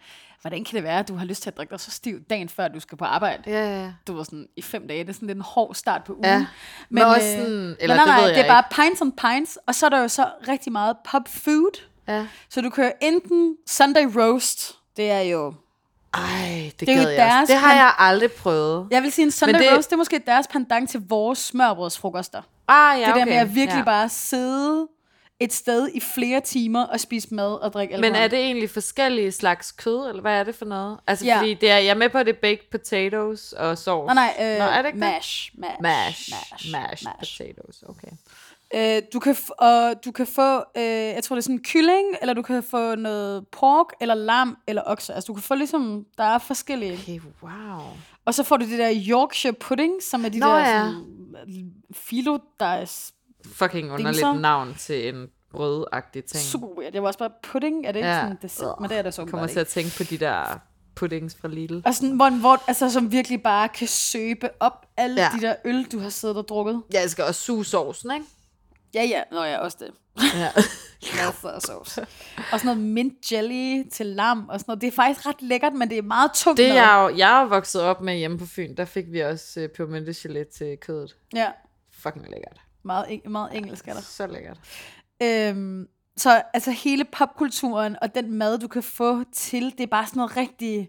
[SPEAKER 2] hvordan kan det være, at du har lyst til at drikke dig så stiv dagen før, du skal på arbejde?
[SPEAKER 3] Ja, ja, ja.
[SPEAKER 2] Du var sådan i fem dage. Det er sådan lidt en hård start på ugen.
[SPEAKER 3] Ja. Men også
[SPEAKER 2] øh,
[SPEAKER 3] sådan-
[SPEAKER 2] men
[SPEAKER 3] eller
[SPEAKER 2] nej,
[SPEAKER 3] det
[SPEAKER 2] nej,
[SPEAKER 3] ved jeg
[SPEAKER 2] det er
[SPEAKER 3] ikke.
[SPEAKER 2] bare pints on pints. Og så er der jo så rigtig meget pub food.
[SPEAKER 3] ja.
[SPEAKER 2] Så du kører enten Sunday roast, det er jo...
[SPEAKER 3] Ej, det, det
[SPEAKER 2] er jo
[SPEAKER 3] gad jeg
[SPEAKER 2] deres
[SPEAKER 3] også. Det har
[SPEAKER 2] pan-
[SPEAKER 3] jeg aldrig prøvet.
[SPEAKER 2] Jeg vil sige, en Sunday det,
[SPEAKER 3] det-
[SPEAKER 2] roast, det er måske deres pendant til vores smørbrødsfrokoster. Ja,
[SPEAKER 3] Ah, ja,
[SPEAKER 2] det der
[SPEAKER 3] okay.
[SPEAKER 2] med at virkelig
[SPEAKER 3] ja.
[SPEAKER 2] bare sidde et sted i flere timer og spise mad og drikke alkohol.
[SPEAKER 3] Men er det egentlig forskellige slags kød, eller hvad er det for noget? Altså,
[SPEAKER 2] Ja.
[SPEAKER 3] ja. fordi det er, jeg er med på, at det er baked potatoes og sovs.
[SPEAKER 2] Nej, nej, øh,
[SPEAKER 3] Nå, er det ikke det?
[SPEAKER 2] mash, mash,
[SPEAKER 3] Mash,
[SPEAKER 2] mash,
[SPEAKER 3] mash, mash,
[SPEAKER 2] mash.
[SPEAKER 3] mash. potatoes, okay.
[SPEAKER 2] Øh, du, kan f- og du kan få, øh, jeg tror det er sådan kylling, eller du kan få noget pork, eller lam, eller okse. Altså du kan få ligesom, der er forskellige.
[SPEAKER 3] Okay, wow.
[SPEAKER 2] Og så får du det der Yorkshire pudding, som er de
[SPEAKER 3] Nå,
[SPEAKER 2] der
[SPEAKER 3] ja.
[SPEAKER 2] sådan, øh, filo, der er
[SPEAKER 3] Fucking underligt
[SPEAKER 2] Dinser.
[SPEAKER 3] navn til en brødagtig ting.
[SPEAKER 2] super weird. Det var også bare pudding, er det ikke ja.
[SPEAKER 3] Ja.
[SPEAKER 2] sådan dessert? Men det er det så
[SPEAKER 3] Jeg kommer
[SPEAKER 2] åbenbart
[SPEAKER 3] til
[SPEAKER 2] ikke.
[SPEAKER 3] at tænke på de der puddings fra Lidl.
[SPEAKER 2] Og sådan, hvor, hvor, altså, som virkelig bare kan søbe op alle ja.
[SPEAKER 3] Ja.
[SPEAKER 2] de der øl, du har siddet og drukket.
[SPEAKER 3] Jeg skal også suge sovsen, ikke?
[SPEAKER 2] Ja, ja. Nå ja, også det.
[SPEAKER 3] Ja.
[SPEAKER 2] Masser af sovs. Og sådan noget mint jelly til lam og sådan noget. Det er faktisk ret lækkert, men det er meget tungt.
[SPEAKER 3] Det er
[SPEAKER 2] mad.
[SPEAKER 3] jeg jo, jeg er jo vokset op med hjemme på Fyn. Der fik vi også uh, pyrmyntegelet til kødet.
[SPEAKER 2] Ja,
[SPEAKER 3] Fucking lækkert.
[SPEAKER 2] meget, eng- meget engelsk er der.
[SPEAKER 3] Så lækkert.
[SPEAKER 2] Øhm, så altså hele popkulturen og den mad, du kan få til, det er bare sådan noget rigtig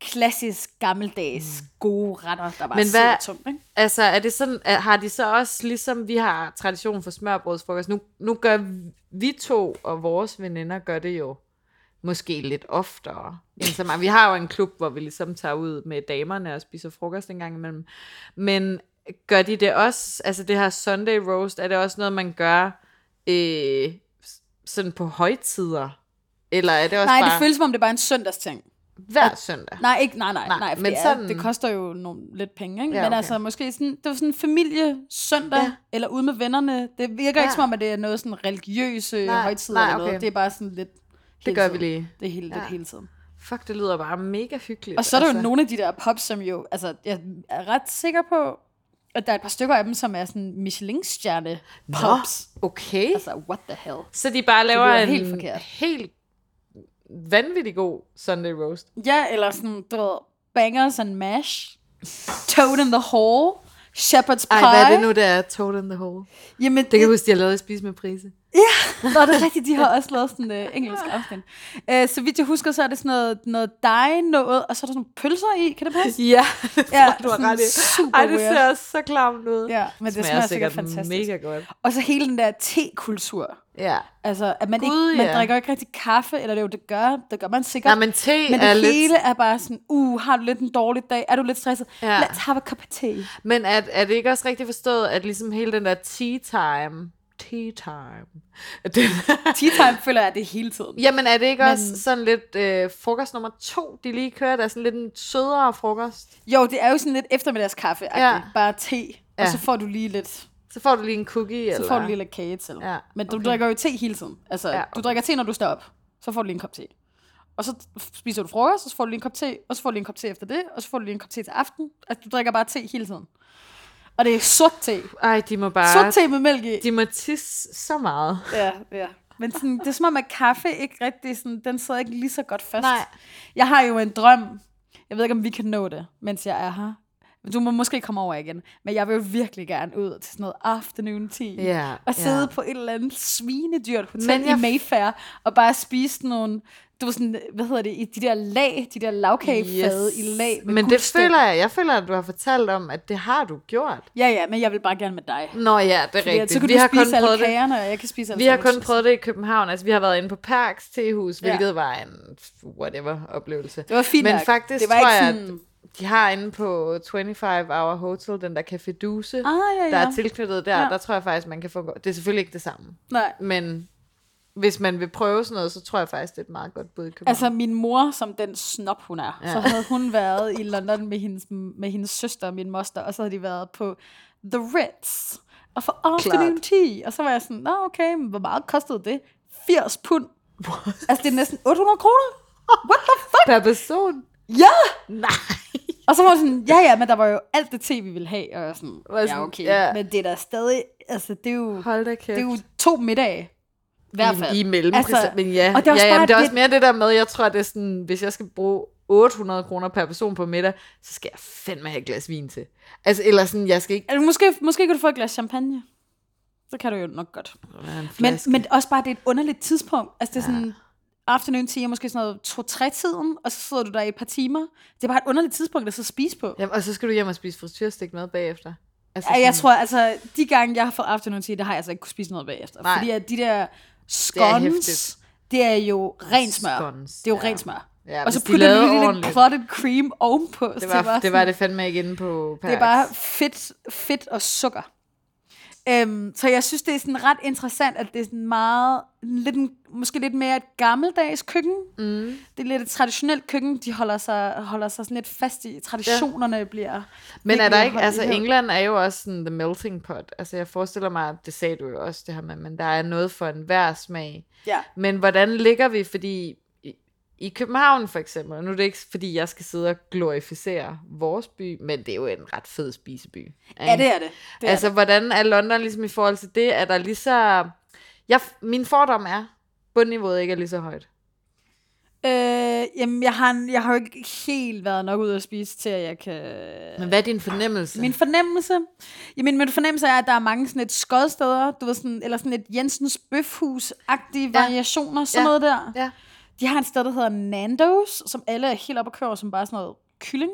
[SPEAKER 2] klassisk, gammeldags, gode retter, der bare
[SPEAKER 3] Mm. Men
[SPEAKER 2] sidder
[SPEAKER 3] hvad-
[SPEAKER 2] tungt. Ikke?
[SPEAKER 3] Altså, er det sådan, er, har de så også, ligesom vi har tradition for smørbrødsfrokost, nu, nu gør vi- vi to og vores veninder gør det jo måske lidt oftere. End så meget. Vi har jo en klub, hvor vi ligesom tager ud med damerne og spiser frokost en gang imellem. Men gør de det også, altså det her Sunday roast, er det også noget, man gør øh, s- sådan på højtider? Eller er det også
[SPEAKER 2] Nej,
[SPEAKER 3] bare
[SPEAKER 2] det føles som om, det er bare en søndagsting.
[SPEAKER 3] hver søndag?
[SPEAKER 2] Nej, ikke, nej, nej, nej,
[SPEAKER 3] Nej,
[SPEAKER 2] nej for
[SPEAKER 3] men
[SPEAKER 2] det, er,
[SPEAKER 3] sådan-
[SPEAKER 2] det koster jo nogle, lidt penge, ikke? Ja,
[SPEAKER 3] Ja,
[SPEAKER 2] men
[SPEAKER 3] okay.
[SPEAKER 2] altså måske sådan, det var sådan en familiesøndag, ja.
[SPEAKER 3] Ja.
[SPEAKER 2] eller ude med vennerne. Det virker ja.
[SPEAKER 3] Ja.
[SPEAKER 2] ikke som om, at det er noget sådan religiøse
[SPEAKER 3] Nej,
[SPEAKER 2] højtider
[SPEAKER 3] nej,
[SPEAKER 2] eller noget.
[SPEAKER 3] okay.
[SPEAKER 2] Det er bare sådan lidt hele
[SPEAKER 3] Det gør
[SPEAKER 2] tiden.
[SPEAKER 3] vi lige.
[SPEAKER 2] Det er hele, ja. lidt
[SPEAKER 3] Ja.
[SPEAKER 2] hele tiden.
[SPEAKER 3] Fuck, det lyder bare mega hyggeligt. altså.
[SPEAKER 2] Og så er der jo nogle af de der pop, som jo, altså jeg er ret sikker på, at der er et par stykker af dem, som er sådan Michelin-stjerne pops.
[SPEAKER 3] Okay.
[SPEAKER 2] Altså, what the hell?
[SPEAKER 3] Så de bare laver
[SPEAKER 2] lyder
[SPEAKER 3] en
[SPEAKER 2] helt forkert.
[SPEAKER 3] helt vanvittig god Sunday roast.
[SPEAKER 2] Ja, eller sådan, du ved, bangers and mash, toad in the hall, shepherd's pie.
[SPEAKER 3] Ej, hvad er det nu, der er Toad in the Hole?
[SPEAKER 2] Jamen,
[SPEAKER 3] Det kan jeg huske, de har lavet i Spise med Prise.
[SPEAKER 2] Nå, det er rigtigt, de har også lavet sådan en øh, engelsk afsnit. Øh, så vidt jeg husker, så er det sådan noget, noget dej noget, og så er der sådan nogle pølser i, kan det passe?
[SPEAKER 3] Ja,
[SPEAKER 2] Ja,
[SPEAKER 3] du har
[SPEAKER 2] sådan
[SPEAKER 3] ret i.
[SPEAKER 2] super
[SPEAKER 3] Ej, det
[SPEAKER 2] weird.
[SPEAKER 3] ser også så klamt ud.
[SPEAKER 2] Ja, men det smager, smager sikkert fantastisk.
[SPEAKER 3] mega godt.
[SPEAKER 2] Og så hele den der tekultur.
[SPEAKER 3] Ja.
[SPEAKER 2] Altså, at man,
[SPEAKER 3] Gud,
[SPEAKER 2] ikke, man
[SPEAKER 3] ja.
[SPEAKER 2] drikker ikke rigtig kaffe, eller det er jo det gør, det gør man sikkert.
[SPEAKER 3] Nej, men te
[SPEAKER 2] men
[SPEAKER 3] er
[SPEAKER 2] det
[SPEAKER 3] lidt...
[SPEAKER 2] hele er bare sådan, uh, har du lidt en dårlig dag? Er du lidt stresset?
[SPEAKER 3] Ja.
[SPEAKER 2] Let's have a cup of tea.
[SPEAKER 3] Men er, er det ikke også rigtigt forstået, at ligesom hele den der tea time... Tea time... at Den,
[SPEAKER 2] Tea time føler jeg det hele tiden.
[SPEAKER 3] jamen, er det ikke
[SPEAKER 2] Men-
[SPEAKER 3] Men... også sådan lidt øh, frokost nummer to, de lige kører? Der er sådan lidt en sødere frokost.
[SPEAKER 2] Jo, det er jo sådan lidt eftermiddagskaffe, ja.
[SPEAKER 3] Ja.
[SPEAKER 2] bare te, og
[SPEAKER 3] Ja.
[SPEAKER 2] så får du lige lidt,
[SPEAKER 3] Så får du lige en cookie, eller...
[SPEAKER 2] så får du lige lidt kage til.
[SPEAKER 3] Ja,
[SPEAKER 2] Men du
[SPEAKER 3] okay.
[SPEAKER 2] drikker jo te hele tiden. Altså, ja,
[SPEAKER 3] Ja,
[SPEAKER 2] okay. du
[SPEAKER 3] okay.
[SPEAKER 2] drikker te, når du står op. Så får du lige en kop te. Og så spiser du frokost, og så får du lige en kop te, og så får du lige en kop te efter det, og så får du lige en kop te til aften. Altså, du drikker bare te hele tiden. Og det er sort te.
[SPEAKER 3] Ej, de må
[SPEAKER 2] Sort
[SPEAKER 3] bare...
[SPEAKER 2] te med mælk i.
[SPEAKER 3] De må tisse så meget.
[SPEAKER 2] Ja, ja. Men sådan, det er som om, at kaffe ikke rigtig, sådan, den sidder ikke lige så godt fast.
[SPEAKER 3] Nej.
[SPEAKER 2] Jeg har jo en drøm. Jeg ved ikke, om vi kan nå det, mens jeg er her. Du må måske komme over igen. Men jeg vil jo virkelig gerne ud til sådan noget afternoon tea.
[SPEAKER 3] Ja,
[SPEAKER 2] Og sidde
[SPEAKER 3] ja.
[SPEAKER 2] på et eller andet svinedyrt hotel
[SPEAKER 3] Men
[SPEAKER 2] Men jeg...
[SPEAKER 3] jeg-
[SPEAKER 2] i Mayfair. Og bare spise sådan nogle, du ved sådan, hvad hedder det, i de der lag, de der lavkagefade yes. i lag. Med
[SPEAKER 3] Men det
[SPEAKER 2] guldstænger.
[SPEAKER 3] føler jeg, jeg føler, at du har fortalt om, at det har du gjort.
[SPEAKER 2] Ja, ja, men jeg vil bare gerne med dig.
[SPEAKER 3] Nå ja, det er
[SPEAKER 2] Fordi at
[SPEAKER 3] rigtigt.
[SPEAKER 2] så kan
[SPEAKER 3] vi
[SPEAKER 2] du
[SPEAKER 3] har kun
[SPEAKER 2] spise alle
[SPEAKER 3] prøvet det.
[SPEAKER 2] kagerne, og jeg kan spise alle
[SPEAKER 3] Vi har kun
[SPEAKER 2] sandwiches.
[SPEAKER 3] prøvet det i København. Altså, vi har været inde på Perks Tehus,
[SPEAKER 2] Ja.
[SPEAKER 3] hvilket var en whatever-oplevelse.
[SPEAKER 2] Det var fint
[SPEAKER 3] Men
[SPEAKER 2] nok.
[SPEAKER 3] faktisk
[SPEAKER 2] Det var
[SPEAKER 3] tror
[SPEAKER 2] ikke
[SPEAKER 3] jeg,
[SPEAKER 2] sådan-
[SPEAKER 3] at de har inde på 25 Hour Hotel, den der Café Duse,
[SPEAKER 2] Ah, ja, ja.
[SPEAKER 3] der er tilknyttet der.
[SPEAKER 2] Ja.
[SPEAKER 3] Der tror jeg faktisk, man kan få... Det er selvfølgelig ikke det samme.
[SPEAKER 2] Nej.
[SPEAKER 3] Men hvis man vil prøve sådan noget, så tror jeg faktisk, det er et meget godt bud i København.
[SPEAKER 2] Altså min mor, som den snop hun er, ja. så havde hun været i London med hendes, med hendes søster og min moster, og så havde de været på The Ritz, og for afternoon tea. Og så var jeg sådan, nå okay, men hvor meget kostede det? 80 pund. Altså det er næsten 800 kroner. What the fuck?
[SPEAKER 3] per person?
[SPEAKER 2] Ja!
[SPEAKER 3] Nej.
[SPEAKER 2] Og så var hun sådan, ja ja, men der var jo alt det te, vi ville have. Og jeg var sådan,
[SPEAKER 3] Var
[SPEAKER 2] ja
[SPEAKER 3] sådan,
[SPEAKER 2] okay,
[SPEAKER 3] ja.
[SPEAKER 2] men det er da stadig, altså det er jo,
[SPEAKER 3] Hold da kæft.
[SPEAKER 2] det er jo to middage. I hvert fald.
[SPEAKER 3] I, i mellempris, altså, men ja.
[SPEAKER 2] og det er også
[SPEAKER 3] ja, ja,
[SPEAKER 2] bare
[SPEAKER 3] men det er
[SPEAKER 2] det-
[SPEAKER 3] også mere det der med, jeg tror, det er sådan, hvis jeg skal bruge 800 kroner per person på middag, så skal jeg fandme have et glas vin til. Altså, eller sådan, jeg skal ikke...
[SPEAKER 2] Altså, måske, måske kan du få et glas champagne. Så kan du jo nok godt. Men, men også bare, det er et underligt tidspunkt. Altså, det er sådan, afternoon tea er måske sådan noget to-tre-tiden, og så sidder du der i et par timer. Det er bare et underligt tidspunkt at så spise på. Ja,
[SPEAKER 3] Jamen, og så skal du hjem og spise frityrstik med bagefter. Altså, sådan-
[SPEAKER 2] jeg tror, altså, de gange, jeg har fået afternoon tea, der har jeg altså ikke kunne spise noget bagefter. Nej.
[SPEAKER 3] Nej.
[SPEAKER 2] Fordi at de der
[SPEAKER 3] er
[SPEAKER 2] scones, det
[SPEAKER 3] hæftigt.
[SPEAKER 2] er, det er jo ren smør.
[SPEAKER 3] Scones,
[SPEAKER 2] det er jo
[SPEAKER 3] ja.
[SPEAKER 2] ren smør.
[SPEAKER 3] Ja,
[SPEAKER 2] og så
[SPEAKER 3] hvis de
[SPEAKER 2] putter du
[SPEAKER 3] lavede
[SPEAKER 2] lige lidt
[SPEAKER 3] ordentligt.
[SPEAKER 2] clotted cream ovenpå. så
[SPEAKER 3] det var, det,
[SPEAKER 2] sådan-
[SPEAKER 3] var det fandme ikke inde på Pax.
[SPEAKER 2] Det er bare fedt, fedt og sukker. Øhm, så jeg synes, det er sådan ret interessant, at det er sådan meget, lidt, en- måske lidt mere et gammeldags køkken. Mm. Det er lidt et traditionelt køkken, de holder sig, holder sig sådan lidt fast i. Traditionerne ja. bliver...
[SPEAKER 3] Men er
[SPEAKER 2] virkelig
[SPEAKER 3] der ikke,
[SPEAKER 2] holdt i
[SPEAKER 3] altså
[SPEAKER 2] hævd.
[SPEAKER 3] England er jo også sådan the melting pot. Altså jeg forestiller mig, det sagde du jo også det her med, men der er noget for enhver smag.
[SPEAKER 2] Ja.
[SPEAKER 3] Men hvordan ligger vi, fordi i, i København for eksempel, og nu er det ikke fordi jeg skal sidde og glorificere vores by, men det er jo en ret fed spiseby. ikke?
[SPEAKER 2] Ja, det er det. det er
[SPEAKER 3] altså
[SPEAKER 2] det.
[SPEAKER 3] hvordan er London ligesom i forhold til det? Er der lige så... Jeg, min fordom er, bundniveauet ikke er lige så højt.
[SPEAKER 2] Øh, jamen, jeg har, en- jeg har jo ikke helt været nok ude at spise, til at jeg kan...
[SPEAKER 3] Men hvad er din fornemmelse?
[SPEAKER 2] Min fornemmelse? Jamen, min fornemmelse er, at der er mange sådan et skodsteder, du ved, sådan, eller sådan et Jensens Bøfhus-agtige ja.
[SPEAKER 3] Ja.
[SPEAKER 2] variationer, sådan
[SPEAKER 3] Ja.
[SPEAKER 2] noget der.
[SPEAKER 3] Ja.
[SPEAKER 2] De har et sted, der hedder Nando's, som alle er helt oppe at køre, som bare er sådan noget kylling.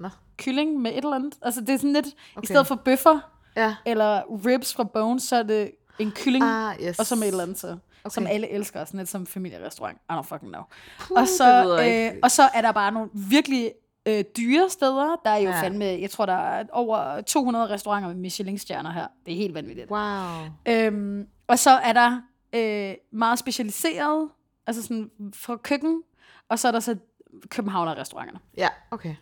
[SPEAKER 3] Nå.
[SPEAKER 2] Kylling med et eller andet. Altså, det er sådan lidt, okay. i
[SPEAKER 3] Okay.
[SPEAKER 2] stedet for bøffer
[SPEAKER 3] Ja.
[SPEAKER 2] eller ribs fra bones, så er det en kylling, ah,
[SPEAKER 3] Ah, yes.
[SPEAKER 2] og så med et eller andet så. Okay.
[SPEAKER 3] Okay.
[SPEAKER 2] Som alle elsker, sådan lidt som familierestaurant. I don't fucking know.
[SPEAKER 3] Puh,
[SPEAKER 2] og, så,
[SPEAKER 3] det lyder ikke-
[SPEAKER 2] øh, og så er der bare nogle virkelig øh, dyre steder. Der er jo ja.
[SPEAKER 3] Ja.
[SPEAKER 2] fandme, jeg tror, der er over 200 restauranter med Michelin-stjerner her. Det er helt vanvittigt.
[SPEAKER 3] Wow.
[SPEAKER 2] Øhm, og så er der øh, meget specialiseret, altså sådan fra køkken, og så er der så københavner-restauranterne.
[SPEAKER 3] Ja, okay.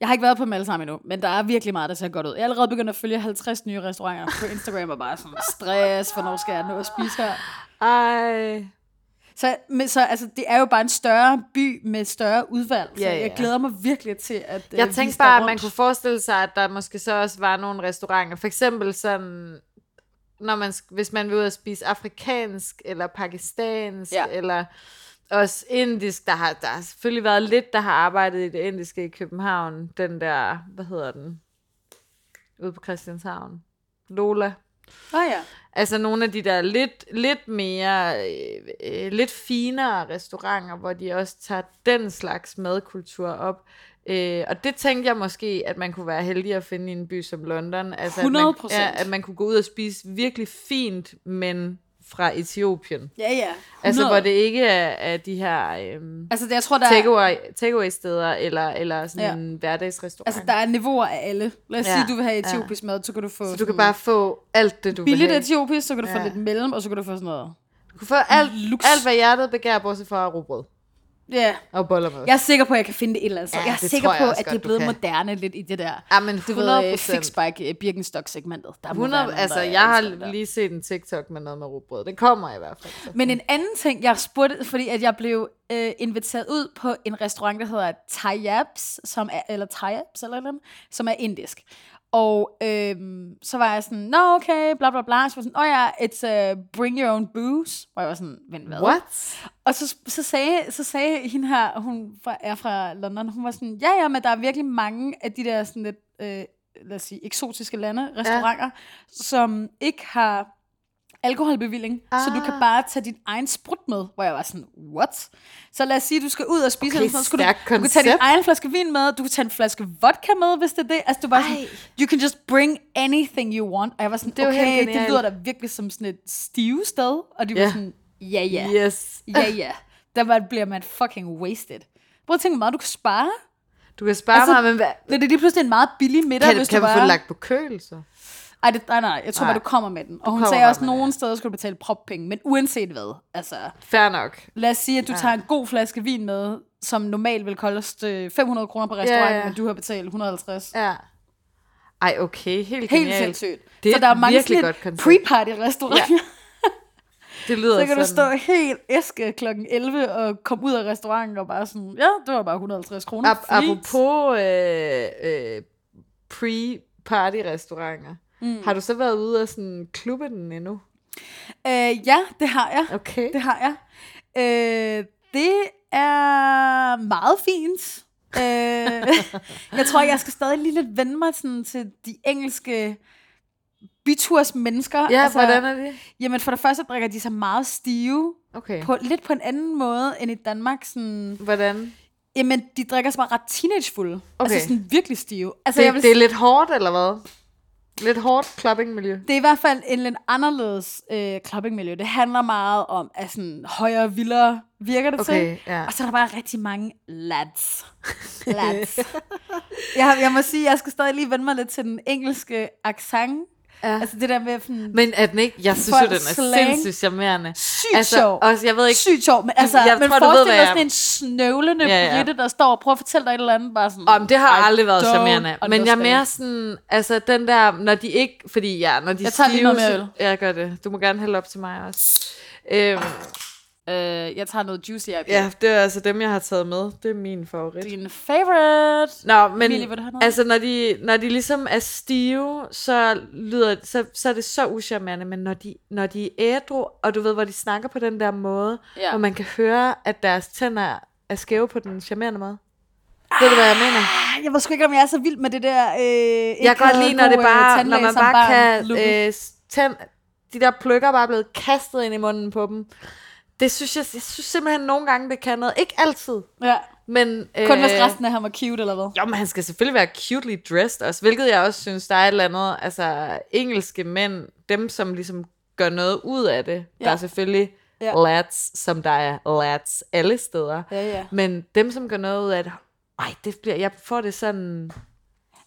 [SPEAKER 2] Jeg har ikke været på dem alle sammen endnu, men der er virkelig meget, der ser godt ud. Jeg er allerede begyndt at følge 50 nye restauranter på Instagram, og bare sådan stress, hvornår skal jeg nå at spise her?
[SPEAKER 3] Ej.
[SPEAKER 2] Så, men, så altså, det er jo bare en større by med større udvalg, så
[SPEAKER 3] Ja,
[SPEAKER 2] ja, ja.
[SPEAKER 3] ja.
[SPEAKER 2] jeg glæder mig virkelig til, at øh,
[SPEAKER 3] Jeg
[SPEAKER 2] vi
[SPEAKER 3] tænkte
[SPEAKER 2] skal
[SPEAKER 3] bare, at
[SPEAKER 2] rundt.
[SPEAKER 3] man kunne forestille sig, at der måske så også var nogle restauranter. For eksempel sådan, når man, sk- hvis man vil ud og spise afrikansk, eller pakistansk,
[SPEAKER 2] Ja.
[SPEAKER 3] ja. eller også indisk. Der har, der har selvfølgelig været lidt, der har arbejdet i det indiske i København. Den der, hvad hedder den? Ude på Christianshavn. Lola.
[SPEAKER 2] Åh oh, ja.
[SPEAKER 3] Altså nogle af de der lidt, lidt mere, øh, øh, lidt finere restauranter, hvor de også tager den slags madkultur op. Øh, og det tænkte jeg måske, at man kunne være heldig at finde i en by som London. Altså, At man,
[SPEAKER 2] 100%.
[SPEAKER 3] ja, at man kunne gå ud og spise virkelig fint, men fra Etiopien.
[SPEAKER 2] Ja, ja. 100.
[SPEAKER 3] Altså, hvor det ikke er, er de her øhm,
[SPEAKER 2] Altså, det, jeg tror, der er,
[SPEAKER 3] takeaway- takeaway-steder, eller, eller sådan
[SPEAKER 2] Ja.
[SPEAKER 3] ja. en hverdagsrestaurant.
[SPEAKER 2] altså, der er niveauer af alle. Lad os ja.
[SPEAKER 3] Ja,
[SPEAKER 2] sige, du vil have
[SPEAKER 3] ja.
[SPEAKER 2] etiopisk mad, så kan du få
[SPEAKER 3] så du kan
[SPEAKER 2] sådan
[SPEAKER 3] bare få alt det, du vil
[SPEAKER 2] billigt
[SPEAKER 3] have.
[SPEAKER 2] etiopisk, så kan du ja. få
[SPEAKER 3] Ja.
[SPEAKER 2] lidt mellem, og så kan du få sådan noget.
[SPEAKER 3] Du kan få alt,
[SPEAKER 2] Lux.
[SPEAKER 3] alt, hvad hjertet begærer, bortset fra rugbrød
[SPEAKER 2] Ja. Yeah.
[SPEAKER 3] og boller med.
[SPEAKER 2] Jeg er sikker på, at jeg kan finde det et eller andet sted.
[SPEAKER 3] Ja,
[SPEAKER 2] jeg er
[SPEAKER 3] det
[SPEAKER 2] sikker
[SPEAKER 3] tror jeg
[SPEAKER 2] på,
[SPEAKER 3] også
[SPEAKER 2] at det er
[SPEAKER 3] godt, du
[SPEAKER 2] blevet
[SPEAKER 3] kan.
[SPEAKER 2] moderne lidt i det der.
[SPEAKER 3] Ja, men
[SPEAKER 2] Du ved,
[SPEAKER 3] 100
[SPEAKER 2] øh, fixbike øh, Birkenstock-segmentet. Der må være
[SPEAKER 3] 100,
[SPEAKER 2] nogen,
[SPEAKER 3] altså,
[SPEAKER 2] der
[SPEAKER 3] jeg har
[SPEAKER 2] elsker det der.
[SPEAKER 3] lige set en TikTok med noget med rugbrød. Det kommer i hvert fald. så.
[SPEAKER 2] Men en anden ting, jeg spurgte, fordi at jeg blev øh, inviteret ud på en restaurant, der hedder Thayabs, som er, eller Thayabs, eller, et eller andet, som er indisk. Og øhm, så var jeg sådan, nå okay, bla bla bla. Så var jeg sådan, åh ja, it's uh, bring your own booze. Og jeg var sådan, vent hvad?
[SPEAKER 3] What?
[SPEAKER 2] Og så, så, sagde, så sagde hende her, hun fra- er fra London, hun var sådan, ja ja, men der er virkelig mange af de der sådan lidt, øh, lad os sige, eksotiske lande, restauranter, ja. som ikke har alkoholbevilling, ah. så du kan bare tage din egen sprut med, hvor jeg var sådan, what? Så lad os sige, du skal ud og
[SPEAKER 3] Okay,
[SPEAKER 2] spise, eller sådan noget, så
[SPEAKER 3] stærkt
[SPEAKER 2] kan du, du kan tage din
[SPEAKER 3] koncept.
[SPEAKER 2] egen flaske vin med, du kan tage en flaske vodka med, hvis det er det. Altså, du var sådan, you can just bring anything you want. Og jeg var sådan,
[SPEAKER 3] Det er jo
[SPEAKER 2] det
[SPEAKER 3] helt
[SPEAKER 2] okay, det
[SPEAKER 3] genialt.
[SPEAKER 2] lyder da virkelig som sådan et stive sted. Og de var
[SPEAKER 3] Ja.
[SPEAKER 2] sådan, ja ja.
[SPEAKER 3] Yes.
[SPEAKER 2] Ja, ja. Der var- bliver man fucking wasted. Prøv at tænke, hvor meget du kan spare.
[SPEAKER 3] Du kan spare
[SPEAKER 2] Altså,
[SPEAKER 3] altså, mig, men hvad?
[SPEAKER 2] Det er lige pludselig en meget billig middag,
[SPEAKER 3] Kan,
[SPEAKER 2] hvis
[SPEAKER 3] kan du
[SPEAKER 2] du bare...
[SPEAKER 3] få lagt på køl, så?
[SPEAKER 2] Ej, det, nej, nej, jeg tror bare,
[SPEAKER 3] Nej.
[SPEAKER 2] du kommer med den. Og hun
[SPEAKER 3] kommer
[SPEAKER 2] sagde
[SPEAKER 3] bare
[SPEAKER 2] også, at
[SPEAKER 3] med den,
[SPEAKER 2] nogle
[SPEAKER 3] ja.
[SPEAKER 2] steder skal du betale proppenge, men uanset hvad. Altså,
[SPEAKER 3] Fair nok.
[SPEAKER 2] lad os sige, at du ja. tager en god flaske vin med, som normalt vil koste øh, 500 kroner på restauranten, ja,
[SPEAKER 3] Ja,
[SPEAKER 2] ja.
[SPEAKER 3] ja.
[SPEAKER 2] men du har betalt 150. Ja.
[SPEAKER 3] Ja. Ej, okay. Helt,
[SPEAKER 2] Helt
[SPEAKER 3] genialt.
[SPEAKER 2] sindssygt.
[SPEAKER 3] Det er
[SPEAKER 2] så der er
[SPEAKER 3] et
[SPEAKER 2] mange
[SPEAKER 3] virkelig
[SPEAKER 2] sådan
[SPEAKER 3] godt
[SPEAKER 2] lidt
[SPEAKER 3] koncept.
[SPEAKER 2] pre-party-restauranter. Ja.
[SPEAKER 3] Det lyder
[SPEAKER 2] Så kan du stå
[SPEAKER 3] sådan.
[SPEAKER 2] helt æske kl. 11 og komme ud af restauranten og bare sådan, ja, det var bare 150 kroner.
[SPEAKER 3] Ap-
[SPEAKER 2] Fint.
[SPEAKER 3] apropos øh, øh, pre-party-restauranter. Mm. Har du så været ude og sådan klubbe den endnu?
[SPEAKER 2] Øh, ja, det har jeg.
[SPEAKER 3] Okay.
[SPEAKER 2] Det har jeg. Øh, det er meget fint. Øh, jeg tror, jeg skal stadig lige lidt vende mig sådan, til de engelske biturs mennesker.
[SPEAKER 3] Ja, altså, hvordan er det?
[SPEAKER 2] Jamen, for det første drikker de sig meget stive.
[SPEAKER 3] Okay.
[SPEAKER 2] På, lidt på en anden måde end i Danmark. Sådan,
[SPEAKER 3] Hvordan?
[SPEAKER 2] jamen, de drikker sig bare ret teenagefulde.
[SPEAKER 3] Okay.
[SPEAKER 2] Altså sådan virkelig stive. Altså,
[SPEAKER 3] Det,
[SPEAKER 2] jeg vil
[SPEAKER 3] det er lidt hårdt, eller hvad? Lidt hårdt clubbing-miljø.
[SPEAKER 2] det er i hvert fald en lidt anderledes øh, clubbingmiljø. Det handler meget om at sådan, højere og vildere virker det
[SPEAKER 3] Okay,
[SPEAKER 2] til.
[SPEAKER 3] ja.
[SPEAKER 2] Og så er der bare rigtig mange lads. Lads. jeg, jeg må sige, jeg skal stadig lige vende mig lidt til den engelske accent. Ja. Altså det der med sådan,
[SPEAKER 3] Men er den ikke? Jeg synes jo,
[SPEAKER 2] Folk
[SPEAKER 3] den er
[SPEAKER 2] slang.
[SPEAKER 3] sindssygt charmerende.
[SPEAKER 2] sygt
[SPEAKER 3] altså,
[SPEAKER 2] sjov.
[SPEAKER 3] Også, jeg ved ikke,
[SPEAKER 2] sygt sjov. Men, altså,
[SPEAKER 3] jeg
[SPEAKER 2] men
[SPEAKER 3] tror, du ved,
[SPEAKER 2] forestil
[SPEAKER 3] hvad
[SPEAKER 2] dig
[SPEAKER 3] jeg-
[SPEAKER 2] sådan en snøvlende ja,
[SPEAKER 3] Ja,
[SPEAKER 2] ja.
[SPEAKER 3] ja.
[SPEAKER 2] britte, der står og prøver at fortælle dig et eller andet. Bare sådan,
[SPEAKER 3] Om det har
[SPEAKER 2] I
[SPEAKER 3] aldrig været
[SPEAKER 2] don't
[SPEAKER 3] charmerende. Men jeg er
[SPEAKER 2] understand.
[SPEAKER 3] mere sådan, altså den der, når de ikke, fordi ja, når de
[SPEAKER 2] Jeg tager lige noget
[SPEAKER 3] stive,
[SPEAKER 2] mere
[SPEAKER 3] så- Ja, gør det. Du må gerne hælde op til mig også. Øhm,
[SPEAKER 2] Øh, jeg tager noget juicy IPA.
[SPEAKER 3] ja, det er altså dem, jeg har taget med. Det er min favorit.
[SPEAKER 2] Din favorite.
[SPEAKER 3] Nå,
[SPEAKER 2] Emilie,
[SPEAKER 3] men
[SPEAKER 2] vil du have noget?
[SPEAKER 3] altså, når de, når de ligesom er stive, så, lyder, så, så er det så uschammerende, men når de, når de er ædru, og du ved, hvor de snakker på den der måde,
[SPEAKER 2] Ja.
[SPEAKER 3] ja. og man kan høre, at deres tænder er skæve på den charmerende måde. Ved du, hvad jeg mener?
[SPEAKER 2] Jeg ved sgu ikke, om jeg er så vild med det der... Øh, Ah, ikke
[SPEAKER 3] Jeg kan godt
[SPEAKER 2] havde
[SPEAKER 3] lide, når, det
[SPEAKER 2] god, øh,
[SPEAKER 3] bare, når
[SPEAKER 2] tandlæge
[SPEAKER 3] man
[SPEAKER 2] som
[SPEAKER 3] bare
[SPEAKER 2] barn.
[SPEAKER 3] kan...
[SPEAKER 2] Lukket.
[SPEAKER 3] Øh, tænd, de der pløkker bare er blevet kastet ind i munden på dem. Det synes jeg, jeg synes simpelthen nogle gange, det kan noget. Ikke altid,
[SPEAKER 2] ja.
[SPEAKER 3] men... øh,
[SPEAKER 2] Kun hvis resten af ham er cute, eller hvad?
[SPEAKER 3] Jo, men han skal selvfølgelig være cutely dressed også, hvilket jeg også synes, der er et eller andet, altså engelske mænd, dem som ligesom gør noget ud af det.
[SPEAKER 2] Ja.
[SPEAKER 3] Ja. Der er selvfølgelig
[SPEAKER 2] Ja.
[SPEAKER 3] ja. lads, som der er lads alle steder.
[SPEAKER 2] Ja, ja.
[SPEAKER 3] Men dem, som gør noget ud af det, ej, det bliver, jeg får det sådan,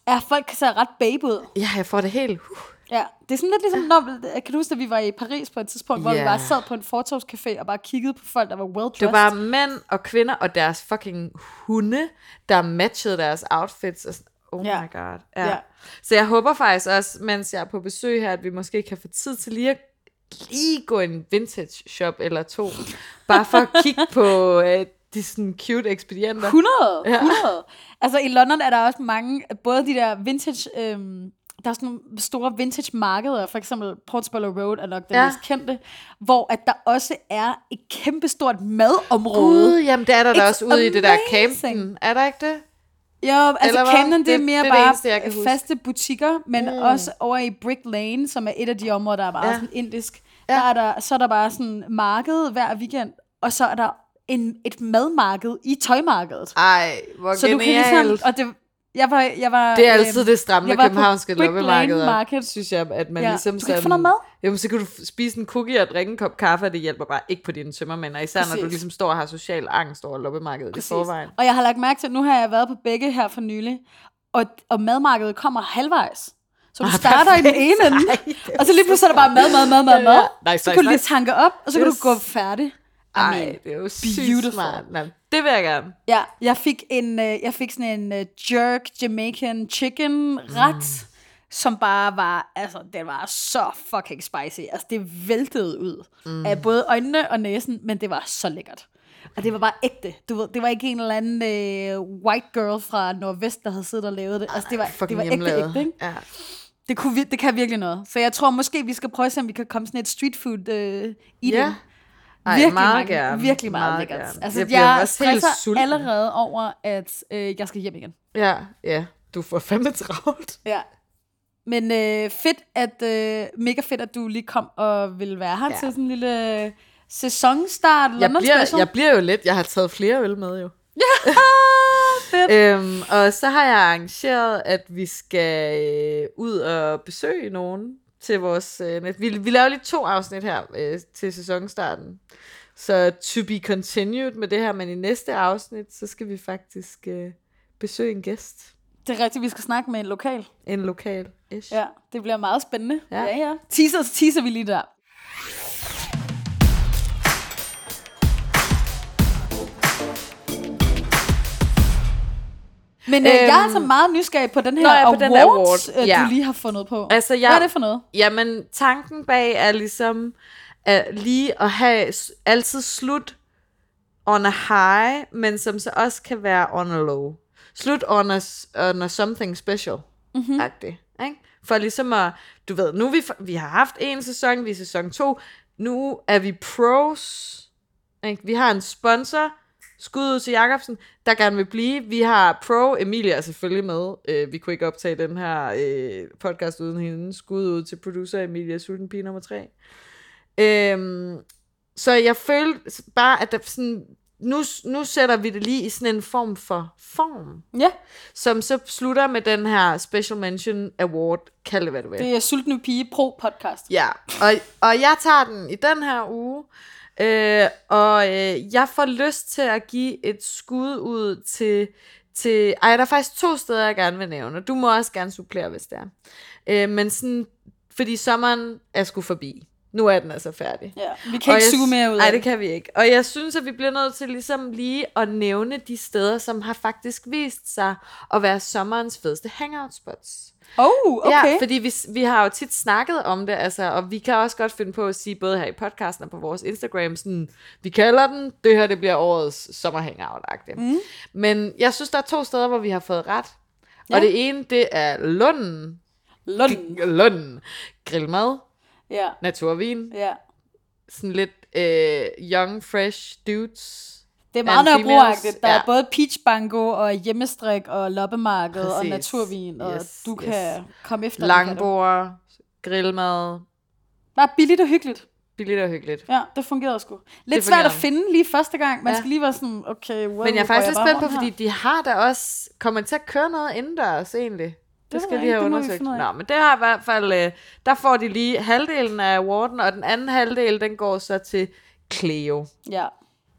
[SPEAKER 2] Ja, folk kan se ret babe ud.
[SPEAKER 3] ja, jeg får det helt, uh,
[SPEAKER 2] Ja, det er sådan lidt ligesom, når, kan du huske, at vi var i Paris på et tidspunkt, hvor vi
[SPEAKER 3] Ja.
[SPEAKER 2] bare sad på en fortovscafé og bare kiggede på folk, der var well-dressed.
[SPEAKER 3] Det var bare mænd og kvinder og deres fucking hunde, der matchede deres outfits. Og sådan, oh
[SPEAKER 2] Ja.
[SPEAKER 3] ja. my god. Ja.
[SPEAKER 2] Ja.
[SPEAKER 3] Ja. Så jeg håber faktisk også, mens jeg er på besøg her, at vi måske kan få tid til lige at lige gå i en vintage shop eller to. Bare for at kigge på øh, de sådan cute ekspedienter.
[SPEAKER 2] 100, 100. Altså i London er der også mange, både de der vintage, øhm, der er sådan nogle store vintage markeder, for eksempel Portsbello Road er nok den ja.
[SPEAKER 3] Ja.
[SPEAKER 2] mest kendte, hvor at der også er et kæmpestort madområde.
[SPEAKER 3] Gud, jamen det er der da
[SPEAKER 2] It's
[SPEAKER 3] også ude i det der
[SPEAKER 2] amazing.
[SPEAKER 3] campen. Er der ikke det?
[SPEAKER 2] Jo, altså
[SPEAKER 3] Eller hvad?
[SPEAKER 2] Camden, det er
[SPEAKER 3] Det-
[SPEAKER 2] mere
[SPEAKER 3] det er det
[SPEAKER 2] bare
[SPEAKER 3] eneste, jeg kan huske.
[SPEAKER 2] faste butikker, men mm. også over i Brick Lane, som er et af de områder, der er bare ja.
[SPEAKER 3] Ja.
[SPEAKER 2] sådan indisk. Ja.
[SPEAKER 3] Ja.
[SPEAKER 2] Der er der, så er der bare sådan marked hver weekend, og så er der en, et madmarked i tøjmarkedet.
[SPEAKER 3] Ej, hvor
[SPEAKER 2] så du kan ligesom, og det, jeg var, jeg var,
[SPEAKER 3] Det er altid
[SPEAKER 2] øhm,
[SPEAKER 3] det stramme
[SPEAKER 2] jeg var på
[SPEAKER 3] københavnske
[SPEAKER 2] Brick Lane
[SPEAKER 3] loppemarkeder,
[SPEAKER 2] Market.
[SPEAKER 3] synes jeg, at man
[SPEAKER 2] Ja.
[SPEAKER 3] ligesom
[SPEAKER 2] Du kan ikke få noget mad.
[SPEAKER 3] Jamen, så kan du f- spise en cookie og drikke en kop kaffe, og det hjælper bare ikke på dine tømmermænd, og især når du
[SPEAKER 2] Præcis.
[SPEAKER 3] ligesom står og har social angst over loppemarkedet i
[SPEAKER 2] Præcis.
[SPEAKER 3] forvejen.
[SPEAKER 2] Og jeg har lagt mærke til, at nu har jeg været på begge her for nylig, og, og madmarkedet kommer halvvejs. Så du ah, starter i den ene ende, og så lige pludselig er der bare mad, mad, mad, mad, mad.
[SPEAKER 3] Ja, nice,
[SPEAKER 2] så
[SPEAKER 3] nice,
[SPEAKER 2] kan du lige
[SPEAKER 3] nice.
[SPEAKER 2] tanke op, og så kan du
[SPEAKER 3] Yes.
[SPEAKER 2] gå færdig.
[SPEAKER 3] Ej, det er jo
[SPEAKER 2] beautiful.
[SPEAKER 3] sygt smart. Nå, det vil jeg gerne.
[SPEAKER 2] Ja, jeg fik, en, øh, jeg fik sådan en øh, jerk Jamaican chicken ret, mm. som bare var, altså den var så fucking spicy. Altså det væltede ud mm. af både øjnene og næsen, men det var så lækkert. Og det var bare ægte. Du ved, det var ikke en eller anden øh, white girl fra Nordvest, der havde siddet og lavet det. Altså det var, det
[SPEAKER 3] Fucking
[SPEAKER 2] var ægte,
[SPEAKER 3] hjemmelavet.
[SPEAKER 2] ægte, ikke?
[SPEAKER 3] Ja.
[SPEAKER 2] Det, kunne, vir- det kan virkelig noget. Så jeg tror måske, vi skal prøve at se, om vi kan komme sådan et street food øh, i
[SPEAKER 3] Ja.
[SPEAKER 2] det.
[SPEAKER 3] Ej,
[SPEAKER 2] virkelig
[SPEAKER 3] meget
[SPEAKER 2] mange,
[SPEAKER 3] gerne.
[SPEAKER 2] Virkelig meget,
[SPEAKER 3] Meget
[SPEAKER 2] meget lækkert.
[SPEAKER 3] gerne.
[SPEAKER 2] Altså,
[SPEAKER 3] Jeg
[SPEAKER 2] jeg,
[SPEAKER 3] bliver
[SPEAKER 2] jeg
[SPEAKER 3] også helt
[SPEAKER 2] stresser
[SPEAKER 3] sulten.
[SPEAKER 2] allerede over, at øh, jeg skal hjem igen.
[SPEAKER 3] Ja, ja. Du får fandme travlt.
[SPEAKER 2] Ja. Men øh, fedt, at, øh, mega fedt, at du lige kom og ville være her ja.
[SPEAKER 3] Ja.
[SPEAKER 2] til sådan en lille øh, sæsonstart.
[SPEAKER 3] Jeg
[SPEAKER 2] London
[SPEAKER 3] bliver,
[SPEAKER 2] special.
[SPEAKER 3] jeg bliver jo lidt, jeg har taget flere øl med jo.
[SPEAKER 2] fedt.
[SPEAKER 3] Øhm, og så har jeg arrangeret, at vi skal øh, ud og besøge nogen til vores øh, net. Vi, vi laver lige to afsnit her øh, til sæsonstarten. Så to be continued med det her, men i næste afsnit, så skal vi faktisk øh, besøge en gæst.
[SPEAKER 2] Det er rigtigt, vi skal snakke med en lokal.
[SPEAKER 3] En lokal ish.
[SPEAKER 2] Ja, det bliver meget spændende. Ja,
[SPEAKER 3] Ja.
[SPEAKER 2] ja. ja. Teaser, teaser vi lige der. Men øh, jeg er
[SPEAKER 3] Øhm,
[SPEAKER 2] altså meget nysgerrig på den her
[SPEAKER 3] Nå, ja,
[SPEAKER 2] award,
[SPEAKER 3] på den der award,
[SPEAKER 2] øh,
[SPEAKER 3] ja.
[SPEAKER 2] du lige har fundet på.
[SPEAKER 3] Altså, jeg-
[SPEAKER 2] Hvad er det for noget?
[SPEAKER 3] Jamen, tanken bag er ligesom at lige at have s- altid slut on a high, men som så også kan være on a low. Slut on a, s- on a something special.
[SPEAKER 2] Mhm.
[SPEAKER 3] Mm-hmm. Agtig, ikke? For ligesom at, du ved, nu er vi, f- vi har haft en sæson, vi er i sæson to, nu er vi pros, ikke? Vi har en sponsor, skud ud til Jacobsen, der gerne vil blive. Vi har Pro, Emilia er selvfølgelig med. Øh, vi kunne ikke optage den her øh, podcast uden hende. Skud ud til producer Emilia, sulten pige nummer 3. Øhm, så jeg følte s- bare, at der sådan, nu, nu sætter vi det lige i sådan en form for form,
[SPEAKER 2] Ja,
[SPEAKER 3] som så slutter med den her Special Mention Award, kald det hvad du vil.
[SPEAKER 2] det er Sultne Pige Pro Podcast.
[SPEAKER 3] Ja, og, og jeg tager den i den her uge, øh, og øh, jeg får lyst til at give et skud ud til, til... Ej, der er faktisk to steder, jeg gerne vil nævne, og du må også gerne supplere, hvis det er. Øh, men sådan, fordi sommeren er sgu forbi. Nu er den altså færdig.
[SPEAKER 2] Ja, vi kan
[SPEAKER 3] Og
[SPEAKER 2] ikke
[SPEAKER 3] jeg-
[SPEAKER 2] suge mere ud
[SPEAKER 3] Nej,
[SPEAKER 2] af
[SPEAKER 3] det kan vi ikke. Og jeg synes, at vi bliver nødt til ligesom lige at nævne de steder, som har faktisk vist sig at være sommerens fedeste hangout spots.
[SPEAKER 2] Oh, okay.
[SPEAKER 3] Ja, fordi vi, vi har jo tit snakket om det, altså, og vi kan også godt finde på at sige, både her i podcasten og på vores Instagram, sådan, vi kalder den, det her det bliver årets sommerhangout mm. Men jeg synes, der er to steder, hvor vi har fået ret. Ja. Og det ene, det er Lunden.
[SPEAKER 2] Lund.
[SPEAKER 3] Lunden. Grillmad,
[SPEAKER 2] Ja,
[SPEAKER 3] naturvin,
[SPEAKER 2] ja.
[SPEAKER 3] sådan lidt øh, young, fresh dudes.
[SPEAKER 2] Det er meget
[SPEAKER 3] And
[SPEAKER 2] nørrebroagtigt.
[SPEAKER 3] females,
[SPEAKER 2] Der ja. er
[SPEAKER 3] ja.
[SPEAKER 2] både peach bango og hjemmestrik og loppemarked Præcis. og
[SPEAKER 3] Præcis.
[SPEAKER 2] naturvin, og yes,
[SPEAKER 3] Yes,
[SPEAKER 2] du kan yes. komme efter den, kan du.
[SPEAKER 3] Langbord, grillmad,
[SPEAKER 2] Bare billigt og hyggeligt.
[SPEAKER 3] billigt og hyggeligt.
[SPEAKER 2] Ja, det fungerede sgu. Lidt svært
[SPEAKER 3] fungerede.
[SPEAKER 2] at finde lige første gang. Man ja.
[SPEAKER 3] Ja.
[SPEAKER 2] skal lige være sådan, okay, wow,
[SPEAKER 3] Men jeg er faktisk lidt spændt på, fordi de har da også kommer til at køre noget indendørs egentlig. Det,
[SPEAKER 2] ved
[SPEAKER 3] det skal
[SPEAKER 2] jeg
[SPEAKER 3] de have
[SPEAKER 2] ikke, det må vi
[SPEAKER 3] undersøgt.
[SPEAKER 2] finde ud af.
[SPEAKER 3] Nå, men det har i hvert fald, øh, der får de lige halvdelen af awarden, og den anden halvdel, den går så til Cleo.
[SPEAKER 2] Ja,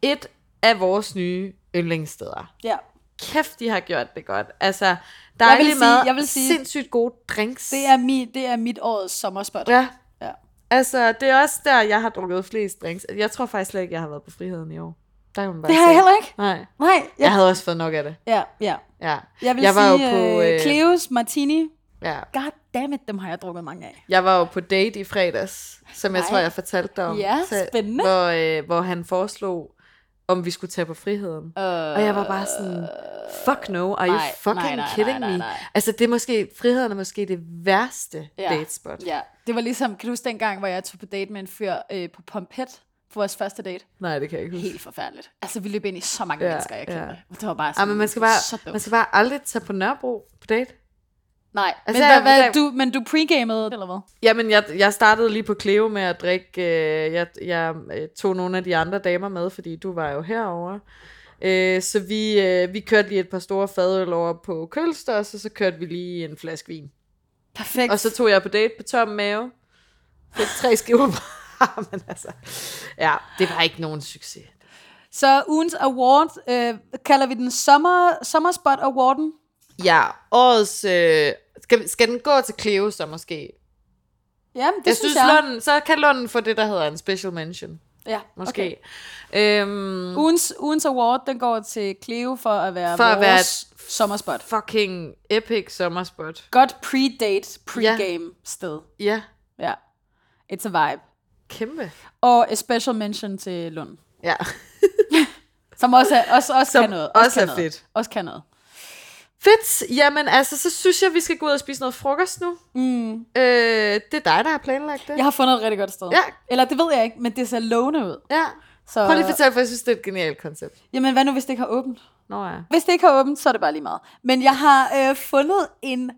[SPEAKER 3] Et af vores nye yndlingssteder.
[SPEAKER 2] ja.
[SPEAKER 3] Kæft, de har gjort det godt. Altså,
[SPEAKER 2] vil
[SPEAKER 3] dejlig
[SPEAKER 2] sige-
[SPEAKER 3] mad,
[SPEAKER 2] jeg vil sige-
[SPEAKER 3] sindssygt gode drinks.
[SPEAKER 2] Det er, mi, det er mit årets sommerspot.
[SPEAKER 3] Ja.
[SPEAKER 2] Ja.
[SPEAKER 3] Altså, det er også der, jeg har drukket flest drinks. Jeg tror faktisk slet ikke, jeg har været på friheden i år. Der kan man bare
[SPEAKER 2] Det har
[SPEAKER 3] se.
[SPEAKER 2] jeg heller ikke.
[SPEAKER 3] Nej,
[SPEAKER 2] Nej, jeg,
[SPEAKER 3] jeg havde også fået nok af det.
[SPEAKER 2] ja, ja.
[SPEAKER 3] Ja.
[SPEAKER 2] Jeg vil
[SPEAKER 3] Jeg var jo
[SPEAKER 2] sige,
[SPEAKER 3] på,
[SPEAKER 2] øh,
[SPEAKER 3] øh,
[SPEAKER 2] Cleos Martini.
[SPEAKER 3] Ja.
[SPEAKER 2] God damn it, dem har jeg drukket mange af.
[SPEAKER 3] Jeg var jo på date i fredags, som jeg
[SPEAKER 2] Nej.
[SPEAKER 3] tror, jeg fortalte dig om.
[SPEAKER 2] Ja, spændende.
[SPEAKER 3] Hvor, øh, hvor han foreslog, om vi skulle tage på friheden. Uh, og jeg var bare sådan, fuck no, are you
[SPEAKER 2] nej,
[SPEAKER 3] fucking
[SPEAKER 2] nej, nej,
[SPEAKER 3] kidding
[SPEAKER 2] nej,
[SPEAKER 3] me?
[SPEAKER 2] nej.
[SPEAKER 3] Altså, det er måske, friheden er måske det værste
[SPEAKER 2] Ja.
[SPEAKER 3] datespot.
[SPEAKER 2] Ja, det var ligesom, kan du huske dengang, hvor jeg tog på date med en fyr øh, på Pompet? på vores første date.
[SPEAKER 3] Nej, det kan jeg ikke huske.
[SPEAKER 2] Helt forfærdeligt. Altså, vi løb ind i så mange
[SPEAKER 3] Ja,
[SPEAKER 2] ja, mennesker, jeg
[SPEAKER 3] ja.
[SPEAKER 2] kender. Ja. Det var bare
[SPEAKER 3] Ej,
[SPEAKER 2] sådan,
[SPEAKER 3] men man skal,
[SPEAKER 2] så
[SPEAKER 3] bare,
[SPEAKER 2] dumt.
[SPEAKER 3] man skal bare aldrig tage på Nørrebro på date.
[SPEAKER 2] Nej,
[SPEAKER 3] Altså,
[SPEAKER 2] altså, men, hvad,
[SPEAKER 3] jeg-
[SPEAKER 2] hvad,
[SPEAKER 3] jeg-
[SPEAKER 2] du, men du pregamede, eller hvad?
[SPEAKER 3] Jamen, jeg, jeg startede lige på Cleo med at drikke. Øh, jeg, jeg øh, tog nogle af de andre damer med, fordi du var jo herover. Øh, så vi, øh, vi kørte lige et par store fadøl over på Kølsters, og så kørte vi lige en flaske vin.
[SPEAKER 2] Perfekt.
[SPEAKER 3] Og så tog jeg på date på tom mave. Fik tre skiver bra, men altså... Ja, det var ikke nogen succes.
[SPEAKER 2] Så ugens award, øh, kalder vi den sommer, Sommerspot Awarden.
[SPEAKER 3] Ja, årets... Øh, skal, vi- skal den gå til Cleo så måske?
[SPEAKER 2] Jamen, det
[SPEAKER 3] jeg
[SPEAKER 2] synes
[SPEAKER 3] synes,
[SPEAKER 2] jeg.
[SPEAKER 3] Lunden, så kan Lunden få det, der hedder en special mention.
[SPEAKER 2] ja,
[SPEAKER 3] Måske.
[SPEAKER 2] Okay.
[SPEAKER 3] Okay. Øhm,
[SPEAKER 2] Ugens, ugens award, den går til Cleo for at være
[SPEAKER 3] For
[SPEAKER 2] for
[SPEAKER 3] at
[SPEAKER 2] vores
[SPEAKER 3] være
[SPEAKER 2] være... sommerspot.
[SPEAKER 3] fucking epic sommerspot.
[SPEAKER 2] Godt pre-date, pre-game ja. sted.
[SPEAKER 3] Ja,
[SPEAKER 2] Ja. It's a vibe.
[SPEAKER 3] kæmpe.
[SPEAKER 2] Og a special mention til Lund,
[SPEAKER 3] Ja.
[SPEAKER 2] som også, er, også, også
[SPEAKER 3] Som
[SPEAKER 2] kan noget.
[SPEAKER 3] også
[SPEAKER 2] kan
[SPEAKER 3] er
[SPEAKER 2] noget.
[SPEAKER 3] fedt.
[SPEAKER 2] Også kan noget.
[SPEAKER 3] Fedt. Jamen altså, så synes jeg, vi skal gå ud og spise noget frokost nu.
[SPEAKER 2] Mm.
[SPEAKER 3] Øh, det er dig, der har planlagt det.
[SPEAKER 2] Jeg har fundet et rigtig godt sted.
[SPEAKER 3] Ja.
[SPEAKER 2] Eller det ved jeg ikke, men det ser lovende ud.
[SPEAKER 3] ja.
[SPEAKER 2] Så,
[SPEAKER 3] Prøv lige at fortælle, for jeg synes, det er et genialt koncept.
[SPEAKER 2] Jamen, hvad nu, hvis det ikke har åbent?
[SPEAKER 3] Nå ja.
[SPEAKER 2] Hvis det ikke har åbent, så er det bare lige meget. Men jeg har øh, fundet en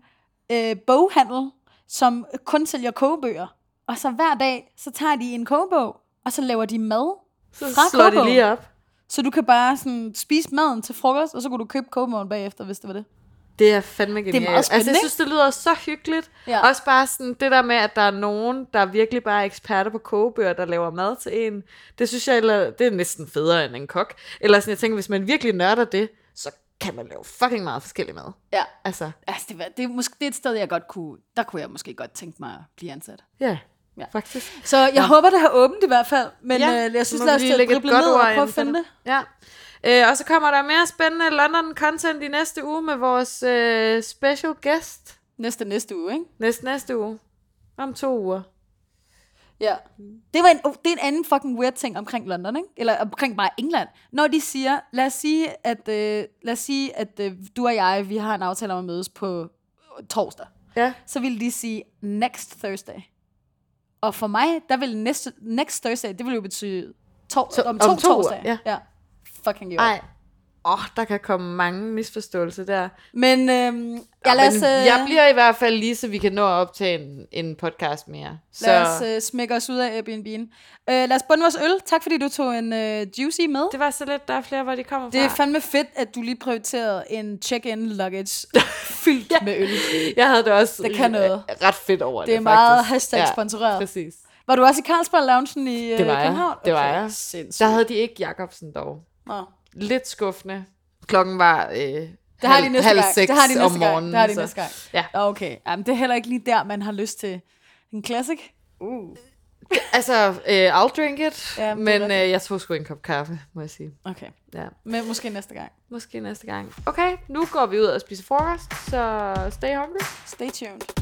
[SPEAKER 2] øh, boghandel, som kun sælger kogebøger. Og så hver dag, så tager de en kogebog, og så laver de mad.
[SPEAKER 3] Så
[SPEAKER 2] Fra
[SPEAKER 3] slår de
[SPEAKER 2] Coco.
[SPEAKER 3] lige op.
[SPEAKER 2] Så du kan bare sådan, spise maden til frokost, og så kunne du købe kogebogen bagefter, hvis det var det.
[SPEAKER 3] Det er fandme genialt.
[SPEAKER 2] meget
[SPEAKER 3] altså, jeg
[SPEAKER 2] spændende,
[SPEAKER 3] synes, det lyder så hyggeligt.
[SPEAKER 2] Ja.
[SPEAKER 3] Også bare sådan det der med, at der er nogen, der virkelig bare er eksperter på kogebøger, der laver mad til en. Det synes jeg, eller, det er næsten federe end en kok. Eller sådan, jeg tænker, hvis man virkelig nørder det, så kan man lave fucking meget forskellig mad.
[SPEAKER 2] Ja.
[SPEAKER 3] Altså,
[SPEAKER 2] Altså, det, var, det, er måske, det er et sted, jeg godt kunne... Der kunne jeg måske godt tænke mig at blive ansat.
[SPEAKER 3] ja,
[SPEAKER 2] Ja.
[SPEAKER 3] ja. faktisk.
[SPEAKER 2] Så jeg ja. håber, det har åbent i hvert fald. Men ja. øh, jeg synes,
[SPEAKER 3] så må
[SPEAKER 2] lad
[SPEAKER 3] vi
[SPEAKER 2] os
[SPEAKER 3] lige lægge et
[SPEAKER 2] drible
[SPEAKER 3] godt
[SPEAKER 2] ned og
[SPEAKER 3] ord
[SPEAKER 2] prøve at
[SPEAKER 3] ind for
[SPEAKER 2] finde det.
[SPEAKER 3] Ja. Øh, og så kommer der mere spændende London content i næste uge med vores øh, special guest.
[SPEAKER 2] Næste næste uge, ikke?
[SPEAKER 3] Næste næste uge. Om to uger.
[SPEAKER 2] Ja. Det, var en, oh, det er en anden fucking weird ting omkring London, ikke? Eller omkring bare England. Når de siger, lad os sige, at, øh, lad os sige, at øh, du og jeg, vi har en aftale om at mødes på øh, torsdag.
[SPEAKER 3] Ja.
[SPEAKER 2] Så vil de sige next Thursday. Og for mig, der vil næste, next Thursday, det vil jo betyde tor-
[SPEAKER 3] To-
[SPEAKER 2] om to,
[SPEAKER 3] om to uger,
[SPEAKER 2] torsdage.
[SPEAKER 3] ja.
[SPEAKER 2] ja. Fucking jo.
[SPEAKER 3] Ej. Åh, oh, der kan komme mange misforståelser der.
[SPEAKER 2] Men øhm,
[SPEAKER 3] Ja,
[SPEAKER 2] jeg lad os,
[SPEAKER 3] men
[SPEAKER 2] øh,
[SPEAKER 3] jeg bliver i hvert fald lige, så vi kan nå at optage en, en podcast mere. Så
[SPEAKER 2] lad os øh, smække os ud af Airbnb'en. Øh, lad os bunde vores øl. Tak fordi du tog en øh, juicy med.
[SPEAKER 3] det var så lidt, der er flere, hvor de kommer
[SPEAKER 2] Det er
[SPEAKER 3] fra.
[SPEAKER 2] fandme fedt, at du lige prioriterede en check-in luggage fyldt ja. med øl.
[SPEAKER 3] jeg havde det også
[SPEAKER 2] Det kan noget.
[SPEAKER 3] ret fedt over det,
[SPEAKER 2] Det er meget
[SPEAKER 3] faktisk.
[SPEAKER 2] hashtag-sponsoreret.
[SPEAKER 3] Ja, præcis.
[SPEAKER 2] Var du også i Carlsberg Loungen i øh,
[SPEAKER 3] Det var jeg.
[SPEAKER 2] København?
[SPEAKER 3] Det var
[SPEAKER 2] Okay,
[SPEAKER 3] jeg.
[SPEAKER 2] Sindssygt.
[SPEAKER 3] Der havde de ikke Jacobsen dog.
[SPEAKER 2] Nå.
[SPEAKER 3] Lidt skuffende. Klokken var øh, det
[SPEAKER 2] Det har de næste
[SPEAKER 3] halv
[SPEAKER 2] gang.
[SPEAKER 3] seks
[SPEAKER 2] Det har de
[SPEAKER 3] om
[SPEAKER 2] næste gang.
[SPEAKER 3] morgenen.
[SPEAKER 2] Det har de
[SPEAKER 3] så-
[SPEAKER 2] næste gang.
[SPEAKER 3] Ja.
[SPEAKER 2] Nå, Okay, Jamen, det er heller ikke lige der, man har lyst til en classic.
[SPEAKER 3] Altså, øh, I'll drink it,
[SPEAKER 2] Ja,
[SPEAKER 3] ja,
[SPEAKER 2] men det er
[SPEAKER 3] men øh,
[SPEAKER 2] rigtigt.
[SPEAKER 3] jeg tog sgu en kop kaffe, må jeg sige.
[SPEAKER 2] Okay,
[SPEAKER 3] Ja,
[SPEAKER 2] men måske næste gang.
[SPEAKER 3] måske næste gang. Okay, nu går vi ud og spiser frokost, så stay hungry.
[SPEAKER 2] Stay tuned.